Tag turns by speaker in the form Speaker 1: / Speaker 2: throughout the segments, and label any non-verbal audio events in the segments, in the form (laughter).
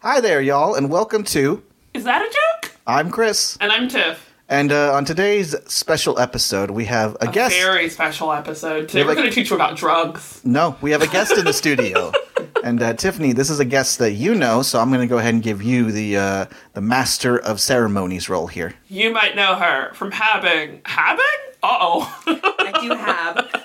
Speaker 1: Hi there, y'all, and welcome to
Speaker 2: Is that a joke?
Speaker 1: I'm Chris.
Speaker 2: And I'm Tiff.
Speaker 1: And uh, on today's special episode, we have a, guest.
Speaker 2: Very special episode. Today
Speaker 1: You're
Speaker 2: we're
Speaker 1: like-
Speaker 2: going to teach you about drugs.
Speaker 1: No, we have a guest in the
Speaker 2: (laughs)
Speaker 1: studio. And uh, Tiffany, this is a guest that you know, so I'm going to go ahead and give you the uh, the master of ceremonies role here.
Speaker 2: You might know her from having having. Uh oh.
Speaker 3: I do have.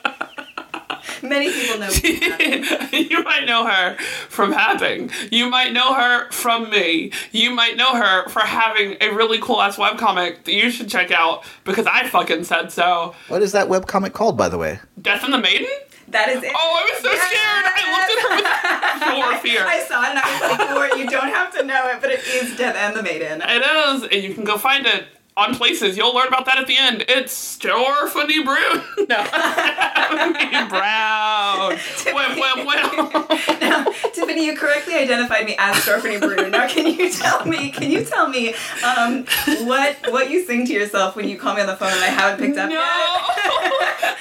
Speaker 3: Many
Speaker 2: (laughs)
Speaker 3: people know. me for that.
Speaker 2: (laughs) you might know her from having. You might know her from me. You might know her for having a really cool ass webcomic that you should check out because I fucking said so.
Speaker 1: What is that webcomic called, by the way?
Speaker 2: Death and the Maiden?
Speaker 3: That is it.
Speaker 2: Oh, I was so scared. I looked at
Speaker 1: (laughs)
Speaker 2: her with pure fear.
Speaker 3: I saw it and I was like, "Lord, you don't have to know it, but it is Death and the Maiden."
Speaker 2: It is, and you can go find it on places. You'll learn about that at the end. It's Stephanie Brown. (laughs) No, Stephanie Brown. Wham, wham, wham.
Speaker 3: Tiffany, you correctly identified me as Stephanie Brew. Now, can you tell me? Can you tell me um, what what you sing to yourself when you call me on the phone and I haven't picked up
Speaker 2: No.
Speaker 3: yet?
Speaker 2: (laughs)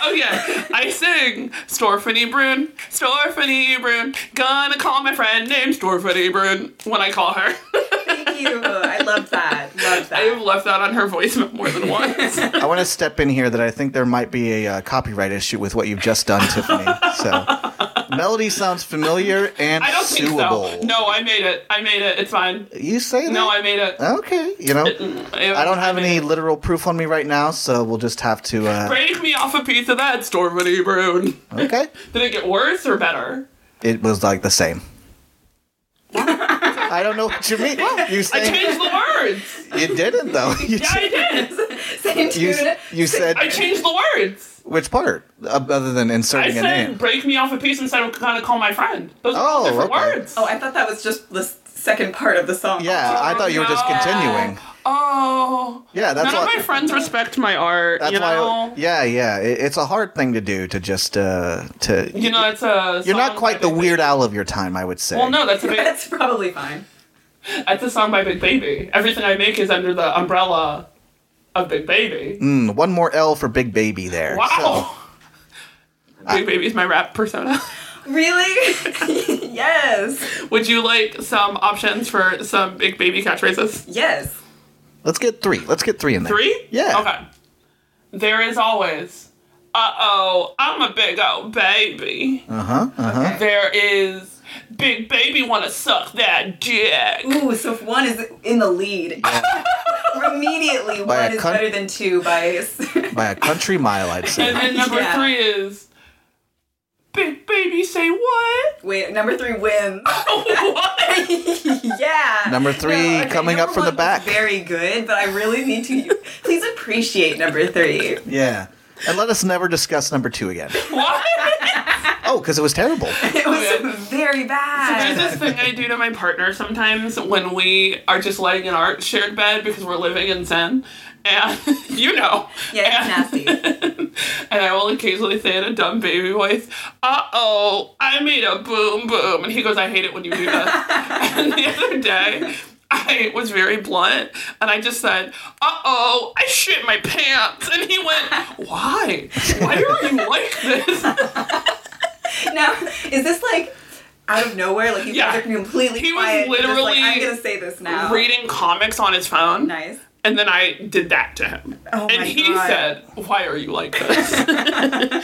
Speaker 2: oh yeah, I sing Stephanie Brune, Stephanie Brune. Gonna call my friend named Stephanie Brune when I call her. (laughs)
Speaker 3: Thank you. I love that. Love
Speaker 2: I have
Speaker 3: that.
Speaker 2: left that on her voicemail more than once.
Speaker 1: I
Speaker 2: (laughs)
Speaker 1: want to step in here that I think there might be a uh, copyright issue with what you've just done, Tiffany.
Speaker 2: (laughs)
Speaker 1: So, melody sounds familiar and
Speaker 2: I don't think
Speaker 1: suable.
Speaker 2: so. No, I made it. I made it. It's fine.
Speaker 1: You say that?
Speaker 2: No, I made it.
Speaker 1: Okay, you know, I don't have any literal proof on me right now, so we'll just have to. Uh,
Speaker 2: Break me off a piece of that, Stormity Brune.
Speaker 1: okay,
Speaker 2: Did it get worse or better?
Speaker 1: it was like the
Speaker 2: (laughs)
Speaker 1: same. I don't know what you mean. You (laughs)
Speaker 2: I
Speaker 1: say
Speaker 2: changed the words.
Speaker 1: you didn't though. (laughs) You,
Speaker 2: Yeah,
Speaker 1: said-
Speaker 2: I did.
Speaker 3: (laughs) Same
Speaker 1: you,
Speaker 3: tune.
Speaker 1: you said
Speaker 2: I changed the words.
Speaker 1: which part uh, other than
Speaker 2: I
Speaker 1: inserting a
Speaker 2: said
Speaker 1: name?
Speaker 2: break me off a piece instead of gonna call my friend. Those are all
Speaker 1: Oh,
Speaker 2: different
Speaker 1: okay.
Speaker 2: words.
Speaker 3: Oh, I thought that was just the second part of the song.
Speaker 1: Yeah, I thought you were just
Speaker 2: no.
Speaker 1: continuing.
Speaker 2: Oh.
Speaker 1: Yeah, that's
Speaker 2: None
Speaker 1: why.
Speaker 2: of my friends respect my art.
Speaker 1: that's
Speaker 2: you
Speaker 1: why.
Speaker 2: know.
Speaker 1: Yeah, yeah. It, it's a hard thing to do to just uh to.
Speaker 2: You know, it's a.
Speaker 1: you're not
Speaker 2: song
Speaker 1: quite the
Speaker 2: by Big
Speaker 1: weird
Speaker 2: Baby.
Speaker 1: owl of your time, I would say.
Speaker 2: Well, no, that's a big,
Speaker 3: (laughs) That's probably fine.
Speaker 2: that's a song by Big Baby. Everything I make is under the umbrella of Big Baby.
Speaker 1: Mm, one more L for Big Baby there.
Speaker 2: Wow. Big Baby's my rap persona. (laughs)
Speaker 3: Really? (laughs) yes.
Speaker 2: Would you like some options for some big baby catchphrases?
Speaker 3: Yes.
Speaker 1: Let's get three. Let's get three in there.
Speaker 2: Three?
Speaker 1: Yeah.
Speaker 2: Okay. There is always, uh oh, I'm a big old baby.
Speaker 1: Uh huh. Uh
Speaker 2: (laughs)
Speaker 1: huh.
Speaker 2: There is, big baby wanna suck that dick.
Speaker 3: Ooh, so if one is in the lead, immediately
Speaker 1: By
Speaker 3: one
Speaker 1: a
Speaker 3: is
Speaker 1: cunt.
Speaker 3: better than two by. (laughs)
Speaker 1: By a country mile, I'd
Speaker 2: And (laughs)
Speaker 1: say. (laughs)
Speaker 2: then number
Speaker 3: Yeah.
Speaker 2: three is, big baby say what? (laughs)
Speaker 3: Wait, number three wins.
Speaker 2: what?
Speaker 3: (laughs)
Speaker 1: (laughs)
Speaker 3: yeah.
Speaker 1: Number three coming up
Speaker 3: number
Speaker 1: from the
Speaker 3: one was
Speaker 1: back.
Speaker 3: Very good, but I really need to. Please appreciate number three.
Speaker 1: Yeah. And let us never discuss number two again.
Speaker 2: What?
Speaker 1: Oh, because it was terrible.
Speaker 3: It was very
Speaker 2: There's
Speaker 3: bad.
Speaker 2: this thing I do to my partner sometimes when we are just laying in our shared bed because we're living in Zen. And (laughs) you know.
Speaker 3: Yeah, it's
Speaker 2: And- (laughs)
Speaker 3: nasty.
Speaker 2: And I will occasionally say in a dumb baby voice, uh oh, I made a boom boom. And he goes, I hate it when you do that. (laughs) and the other day, I was very blunt and I just said, uh oh, I shit my pants. And he
Speaker 3: (laughs)
Speaker 2: went, Why? Why are you like this?
Speaker 3: Now, is this like out of nowhere? Like you
Speaker 2: Yeah.
Speaker 3: guys are completely
Speaker 2: He was
Speaker 3: quiet. and just like,
Speaker 2: literally
Speaker 3: I'm gonna say this now.
Speaker 2: Reading comics on his phone.
Speaker 3: Nice.
Speaker 2: And then I did that to him.
Speaker 3: Oh
Speaker 2: and
Speaker 3: my
Speaker 2: he
Speaker 3: God.
Speaker 2: said, Why are you like
Speaker 3: (laughs)
Speaker 2: this?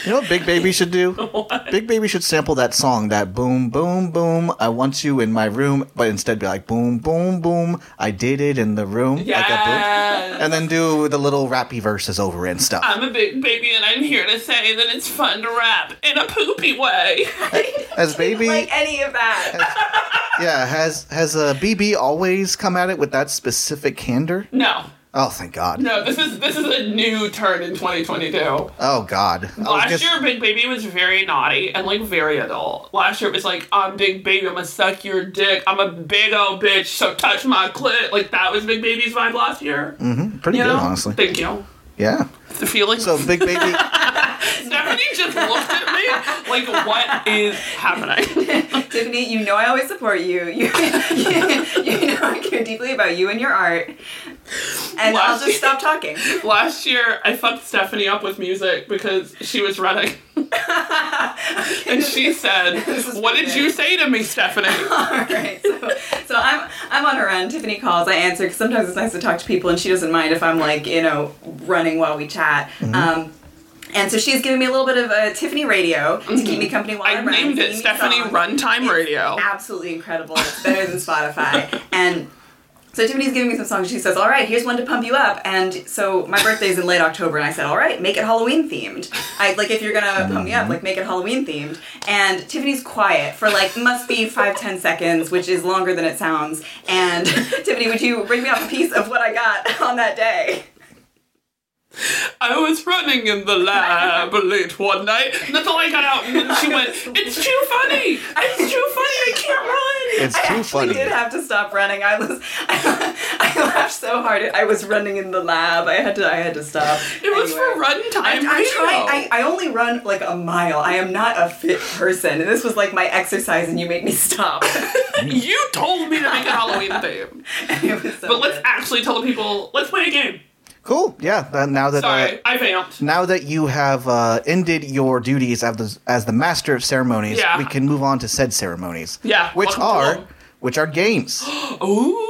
Speaker 1: You know what Big Baby should
Speaker 2: (laughs)
Speaker 1: do? Big Baby should sample that song, that boom, boom, boom, I want you in my room, but instead be like boom, boom, boom, I did it in the room. Like a boom.
Speaker 2: yeah. Uh,
Speaker 1: And then do the little rappy verses over it and stuff.
Speaker 2: I'm a big baby and I'm here to say that it's fun to rap in a poopy way.
Speaker 1: As Baby,
Speaker 3: Like any of that.
Speaker 2: "Ah."
Speaker 1: yeah, has has uh, BB always come at it with that specific candor?
Speaker 2: No.
Speaker 1: Oh, thank God.
Speaker 2: No, this is this is a new turn in 2022.
Speaker 1: Oh, God. I was
Speaker 2: Last
Speaker 1: just-
Speaker 2: year, Big Baby was very naughty and like very adult. Last year, it was like, I'm Big Baby, I'm gonna suck your dick, I'm a big old bitch, so touch my clit. Like that was Big Baby's vibe last year.
Speaker 1: Pretty
Speaker 2: You
Speaker 1: good,
Speaker 2: know?
Speaker 1: Mm, honestly.
Speaker 2: Thank you.
Speaker 1: yeah.
Speaker 2: It's the feeling.
Speaker 1: So Big Baby.
Speaker 2: (laughs) Stephanie just looked at me like, what is happening? (laughs)
Speaker 3: (laughs) Tiffany, you know I always support you. (laughs) You, you know I care deeply about you and your art. And I'll just stop talking.
Speaker 2: Last year, I fucked Stephanie up with music because she was running. (laughs) and she said,
Speaker 3: is (laughs)
Speaker 2: What did
Speaker 3: pretty (laughs)
Speaker 2: you say to me, Stephanie?
Speaker 3: All right. So, so I'm I'm on her end. Tiffany calls. I answer because sometimes it's nice to talk to people, and she doesn't mind if I'm like you know running while we chat. Um, and so she's giving me a little bit of a Tiffany radio to keep me company while
Speaker 2: Mm-hmm. I
Speaker 3: I run.
Speaker 2: named it
Speaker 3: singing me
Speaker 2: Stephanie
Speaker 3: songs.
Speaker 2: Runtime Radio.
Speaker 3: Absolutely incredible. It's better than Spotify. And so Tiffany's giving me some songs. She says, "All right, here's one to pump you up." And so my birthday's in late October, and I said, "All right, make it Halloween themed. I like if you're gonna pump me up, like make it Halloween themed." And Tiffany's quiet for like must be five ten seconds, which is longer than it sounds. And (laughs) Tiffany, would you bring me up a piece of what I got on that day?
Speaker 2: (laughs) I was running in the lab late one night, and that's all I got out. And then she went, "It's too funny! It's too funny! I can't run!"
Speaker 1: It's
Speaker 3: I
Speaker 1: too
Speaker 3: actually
Speaker 1: funny.
Speaker 3: did have to stop running. I was, (laughs) I, laughed so hard. I was running in the lab. I had to. I had to stop.
Speaker 2: It was for runtime
Speaker 3: I,
Speaker 2: radio.
Speaker 3: I try. I, I only run like a mile. I am not a fit person, and this was like my exercise, and you made me stop. (laughs)
Speaker 2: (laughs) you told me to make it Halloween themed,
Speaker 3: it was so
Speaker 2: but let's
Speaker 3: good.
Speaker 2: actually tell the people. Let's play a game.
Speaker 1: Cool. Yeah. Uh, now that uh,
Speaker 2: Sorry, I vamped.
Speaker 1: now that you have uh, ended your duties as the, as the master of ceremonies,
Speaker 2: Yeah.
Speaker 1: we can move on to said ceremonies.
Speaker 2: Yeah,
Speaker 1: Which
Speaker 2: welcome
Speaker 1: are
Speaker 2: along.
Speaker 1: which are
Speaker 2: (gasps)
Speaker 1: games.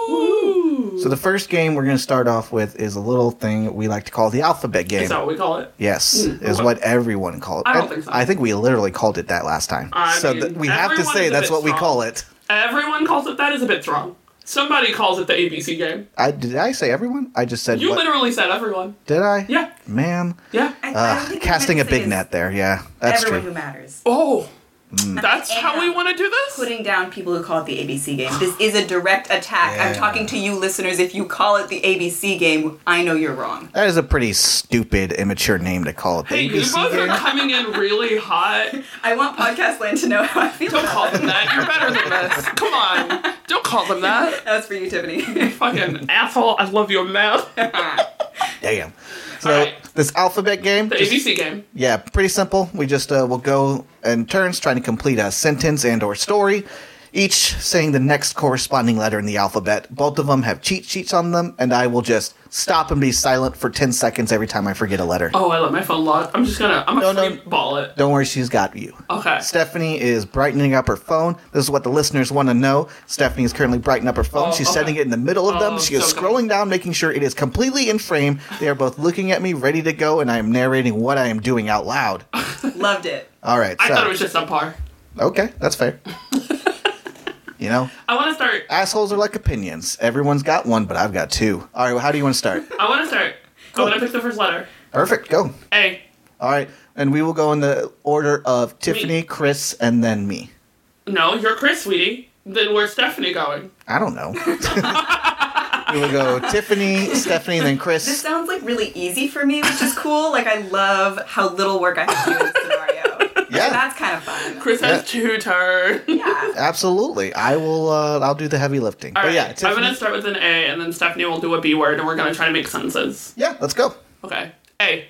Speaker 2: Ooh,
Speaker 1: so the first game we're going to start off with is a little thing we like to call the alphabet game.
Speaker 2: is that what we call it?
Speaker 1: Yes, is
Speaker 2: okay.
Speaker 1: what everyone called.
Speaker 2: I don't
Speaker 1: And
Speaker 2: think so.
Speaker 1: I think we literally called it that last time.
Speaker 2: I
Speaker 1: so
Speaker 2: mean,
Speaker 1: th- we have to
Speaker 2: everyone
Speaker 1: say
Speaker 2: is a
Speaker 1: that's
Speaker 2: bit
Speaker 1: what we
Speaker 2: strong.
Speaker 1: call it.
Speaker 2: Everyone calls it that. Is a bit strong. Somebody calls it the ABC game.
Speaker 1: I did I say everyone? I just said
Speaker 2: You
Speaker 1: what?
Speaker 2: literally said everyone.
Speaker 1: Did I?
Speaker 2: Yeah,
Speaker 1: Man,
Speaker 2: yeah.
Speaker 3: I- I don't
Speaker 1: Ugh,
Speaker 3: think I
Speaker 1: Ah, casting a
Speaker 3: meant to say
Speaker 1: big
Speaker 3: it's
Speaker 1: net there. Yeah, that's
Speaker 3: Everyone
Speaker 1: true.
Speaker 3: who matters.
Speaker 2: Oh, that's
Speaker 3: And
Speaker 2: how we
Speaker 3: I'm
Speaker 2: want to do this.
Speaker 3: Putting down people who call it the ABC game. This is a direct attack.
Speaker 1: Yeah.
Speaker 3: I'm talking to you listeners. If you call it the ABC game, I know you're wrong.
Speaker 1: That is a pretty stupid, immature name to call it. The
Speaker 2: Hey, you
Speaker 1: ABC
Speaker 2: both are
Speaker 1: game?
Speaker 2: coming in really hot.
Speaker 3: I want podcast land to know how I feel.
Speaker 2: Don't
Speaker 3: about
Speaker 2: call
Speaker 3: that.
Speaker 2: them that. You're better than this. Come on. Don't call them that.
Speaker 3: That was for you, Tiffany. (laughs)
Speaker 2: Fucking asshole. I love your mouth.
Speaker 1: Damn. So
Speaker 2: Alright.
Speaker 1: this alphabet game,
Speaker 2: The
Speaker 1: just-
Speaker 2: ABC game.
Speaker 1: yeah, pretty simple. We just uh, will go in turns trying to complete a sentence and or story, each saying the next corresponding letter in the alphabet. Both of them have cheat sheets on them, and I will just stop and be silent for ten seconds every time I forget a letter.
Speaker 2: Oh, I let my phone lock. I'm just gonna. I'm gonna
Speaker 1: No, no.
Speaker 2: free ball it.
Speaker 1: Don't worry, she's got you.
Speaker 2: Okay.
Speaker 1: Stephanie is brightening up her phone. This is what the listeners want to know. Stephanie is currently brightening up her phone.
Speaker 2: Oh,
Speaker 1: She's
Speaker 2: okay.
Speaker 1: setting it in the middle of them.
Speaker 2: Oh,
Speaker 1: she is
Speaker 2: so good.
Speaker 1: scrolling down, making sure it is completely in frame. They are both looking at me, ready to go, and I am narrating what I am doing out loud.
Speaker 3: Loved it.
Speaker 1: All right.
Speaker 2: (laughs) I
Speaker 1: so,
Speaker 2: thought it was just subpar.
Speaker 1: okay, that's
Speaker 2: (laughs)
Speaker 1: fair. you know,
Speaker 2: I want to start.
Speaker 1: assholes are like opinions. Everyone's got one, but I've got two. All right, well, how do you want to start?
Speaker 2: I want to start. I'm gonna pick the first letter.
Speaker 1: Perfect. Go.
Speaker 2: A.
Speaker 1: All right, and we will go in the order of Tiffany, Chris, and then me.
Speaker 2: No, you're Chris, sweetie. Then where's Stephanie going?
Speaker 1: I don't know. (laughs) we will go Tiffany, Stephanie, then
Speaker 3: This
Speaker 1: Chris.
Speaker 3: sounds like really easy for me, which is cool. Like I love how little work I have to do in this scenario.
Speaker 1: Yeah.
Speaker 3: So that's kind of fun.
Speaker 2: Chris has two turns.
Speaker 3: Yeah.
Speaker 1: Absolutely, I will. Uh, I'll do the heavy lifting.
Speaker 2: All
Speaker 1: but
Speaker 2: right.
Speaker 1: yeah,
Speaker 2: I'm
Speaker 1: Tiffany.
Speaker 2: gonna start with an A, and then Stephanie will do a B word, and we're gonna try to make sentences.
Speaker 1: Yeah, let's go.
Speaker 2: Okay. A.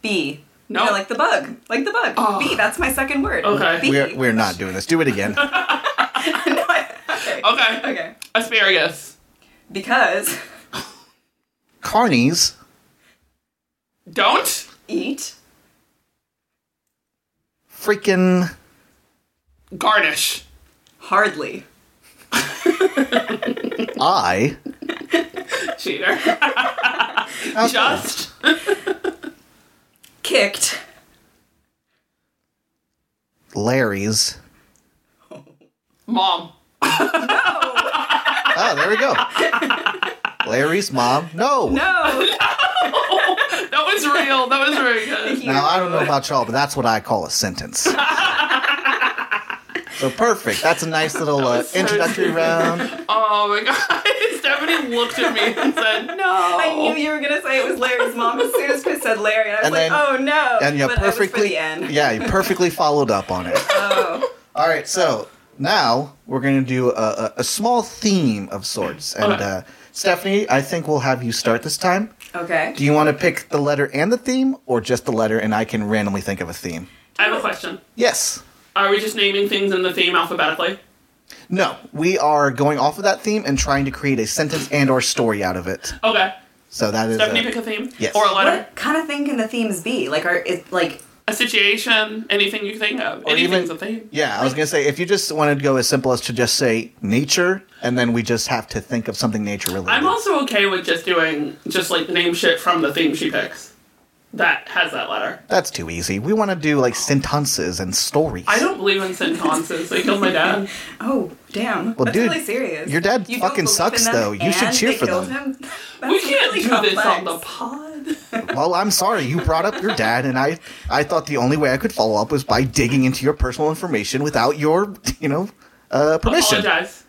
Speaker 3: B.
Speaker 2: No.
Speaker 3: Yeah, like the bug. Like the bug.
Speaker 2: Oh.
Speaker 3: B. That's my second word.
Speaker 2: Okay.
Speaker 3: B.
Speaker 1: We are,
Speaker 3: (laughs)
Speaker 1: we are not doing this. Do it again.
Speaker 3: No, I- okay.
Speaker 2: Okay.
Speaker 3: Okay.
Speaker 2: Asparagus.
Speaker 3: Because
Speaker 1: Carnies.
Speaker 2: Don't
Speaker 3: eat
Speaker 1: Freaking.
Speaker 2: garnish.
Speaker 3: hardly.
Speaker 1: I.
Speaker 2: Cheater.
Speaker 1: How's that?
Speaker 2: (laughs) Just
Speaker 3: Kicked.
Speaker 1: Larry's.
Speaker 2: mom. (laughs)
Speaker 1: Oh, there we
Speaker 3: (laughs)
Speaker 1: go. Larry's mom. No.
Speaker 3: (laughs) No.
Speaker 2: That was real. That was very good.
Speaker 1: Now I don't know about y'all, but that's what I call a
Speaker 3: (laughs)
Speaker 1: sentence. so perfect. That's a nice little uh,
Speaker 2: so
Speaker 1: introductory round.
Speaker 2: Oh my god. (laughs) Stephanie looked at me and said, No.
Speaker 3: I knew you were gonna say it was Larry's mom as soon as Chris said Larry, and I was
Speaker 1: And
Speaker 3: like,
Speaker 1: then-
Speaker 3: oh no.
Speaker 1: And you
Speaker 3: but I was for
Speaker 1: perfectly.
Speaker 3: the end.
Speaker 1: Yeah, you perfectly followed up on it.
Speaker 3: Oh.
Speaker 1: All right, so now we're going to do a, a, a small theme of sorts. And
Speaker 2: Okay.
Speaker 1: uh, Stephanie, I think we'll have you start this time.
Speaker 3: Okay.
Speaker 1: Do you want to pick the letter and the theme, or just the letter and I can randomly think of a theme?
Speaker 2: I have a question.
Speaker 1: Yes.
Speaker 2: Are we just naming things in the theme alphabetically?
Speaker 1: No, we are going off of that theme and trying to create a sentence and or story out of it.
Speaker 2: Okay.
Speaker 1: So that is uh,
Speaker 2: Stephanie, pick a theme
Speaker 1: yes.
Speaker 2: or a letter.
Speaker 3: What kind of thing can the themes be? Like, are it like
Speaker 2: a situation, anything you think of. Anything's a thing.
Speaker 1: Yeah, I was gonna say if you just wanted to go as simple as to just say nature, and then we just have to think of something nature related.
Speaker 2: I'm also okay with just doing just like name shit from the theme she picks. That has that letter.
Speaker 1: That's too easy. We want to do like sentences and stories.
Speaker 2: I don't believe in sentences. They killed my dad.
Speaker 3: Oh, damn.
Speaker 1: Well,
Speaker 3: That's
Speaker 1: dude,
Speaker 3: really serious.
Speaker 1: your dad
Speaker 3: You don't
Speaker 1: fucking
Speaker 3: believe in
Speaker 1: sucks,
Speaker 3: them
Speaker 1: though. You should
Speaker 3: and
Speaker 1: cheer
Speaker 3: they
Speaker 1: for
Speaker 3: killed
Speaker 1: them.
Speaker 3: him?
Speaker 2: we
Speaker 3: (laughs) That's
Speaker 2: can't
Speaker 3: really
Speaker 2: do this on the
Speaker 3: complex.
Speaker 2: pod.
Speaker 1: Well, I'm sorry. You brought up your dad, and I I thought the only way I could follow up was by digging into your personal information without your you know uh, permission.
Speaker 2: Apologize.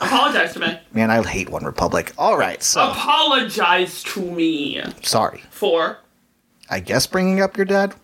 Speaker 2: Apologize to me.
Speaker 1: (laughs) Man, I hate One Republic. All right, so
Speaker 2: Apologize to me
Speaker 1: sorry.
Speaker 2: for.
Speaker 1: I guess bringing up your dad.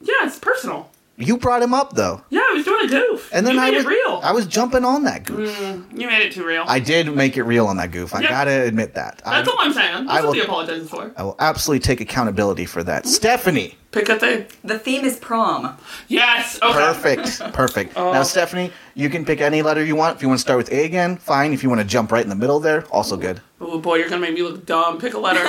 Speaker 2: Yeah, it's personal.
Speaker 1: You brought him up though,
Speaker 2: Yeah, I was doing a goof.
Speaker 1: and then
Speaker 2: you
Speaker 1: I
Speaker 2: made
Speaker 1: was
Speaker 2: it real.
Speaker 1: I was jumping on that goof.
Speaker 2: you made it too real.
Speaker 1: I did make it real on that goof. I
Speaker 2: Yeah.
Speaker 1: gotta admit that.
Speaker 2: That's
Speaker 1: I,
Speaker 2: all I'm saying. That's
Speaker 1: I
Speaker 2: what
Speaker 1: will-
Speaker 2: the apologizing for.
Speaker 1: I will absolutely take accountability for that.
Speaker 2: Mm-hmm.
Speaker 1: Stephanie,
Speaker 2: Pick a thing.
Speaker 3: The theme is prom.
Speaker 2: Yes. Okay. (laughs)
Speaker 1: perfect, perfect.
Speaker 2: Uh.
Speaker 1: Now, Stephanie, you can pick any letter you want. If you want to start with A again, fine. If you want to jump right in the middle there, also good.
Speaker 2: Oh boy, you're gonna make me look dumb. Pick a
Speaker 3: (laughs)
Speaker 2: letter.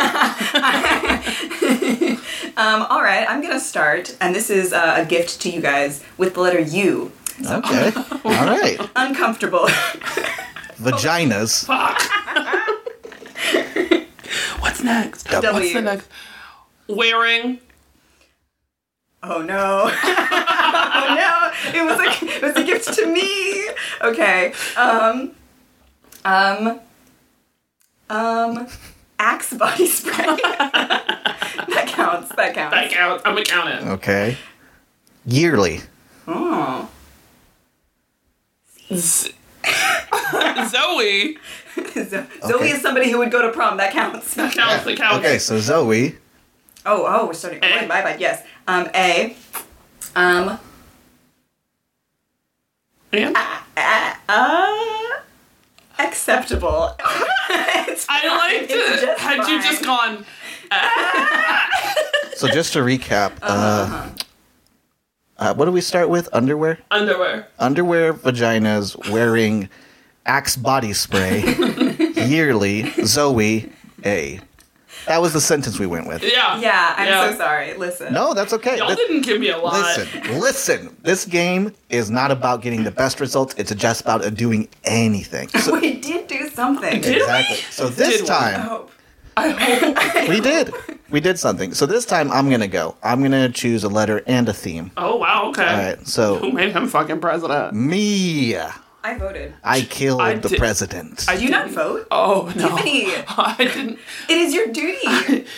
Speaker 3: Um, all right, I'm gonna start, and this is uh, a gift to you guys with the letter U.
Speaker 2: (laughs)
Speaker 1: Okay, all right.
Speaker 3: Uncomfortable. (laughs)
Speaker 1: Vaginas.
Speaker 2: Fuck. What's next?
Speaker 1: W.
Speaker 2: What's the next? Wearing.
Speaker 3: oh no. (laughs) oh no. It was like it was a gift to me. Okay. Um. Um. Um. Axe body spray. (laughs) that counts. That counts.
Speaker 2: I count. I'm gonna count it.
Speaker 1: Okay. Yearly.
Speaker 3: Oh. (laughs)
Speaker 2: Z- (laughs) Zoe.
Speaker 3: Zo- Zoe is somebody who would go to prom. That counts. (laughs) oh,
Speaker 2: Counts. It counts.
Speaker 1: Okay, so Zoe.
Speaker 3: oh, we're starting.
Speaker 2: A.
Speaker 3: Oh, bye, bye. Yes. Um. A. Um.
Speaker 2: And
Speaker 3: Uh, acceptable. (laughs)
Speaker 2: I liked
Speaker 3: It's
Speaker 2: it.
Speaker 3: just
Speaker 2: Had you
Speaker 3: fine.
Speaker 2: just gone,
Speaker 1: So just to recap, uh, uh, what do we start with? Underwear?
Speaker 2: underwear.
Speaker 1: underwear vaginas wearing axe body
Speaker 2: (laughs)
Speaker 1: spray yearly zoe a that was the sentence we went with
Speaker 2: Yeah.
Speaker 3: yeah, I'm
Speaker 2: Yeah.
Speaker 3: so sorry. Listen.
Speaker 1: no that's okay
Speaker 2: Y'all
Speaker 1: Th-
Speaker 2: didn't give me a lot.
Speaker 1: listen listen this game is not about getting the best results it's just about doing
Speaker 2: (laughs)
Speaker 1: anything so,
Speaker 3: We did do something.
Speaker 2: Did
Speaker 1: exactly so this
Speaker 2: Did we?
Speaker 3: I
Speaker 1: time
Speaker 3: hope.
Speaker 2: I hope.
Speaker 1: we did we did something so this time i'm gonna go i'm gonna choose a letter and a theme
Speaker 2: Oh wow. Okay.
Speaker 1: all right
Speaker 2: Who
Speaker 1: so
Speaker 2: made him fucking
Speaker 1: Mm.
Speaker 2: president?
Speaker 1: me
Speaker 3: I voted.
Speaker 1: i killed
Speaker 2: I
Speaker 1: the
Speaker 2: did-
Speaker 1: president
Speaker 2: I
Speaker 3: Do you not
Speaker 2: didn't-
Speaker 3: vote?
Speaker 2: Oh
Speaker 3: (laughs)
Speaker 2: no.
Speaker 3: Tiffany.
Speaker 2: (laughs) I didn't.
Speaker 3: It is your (laughs) duty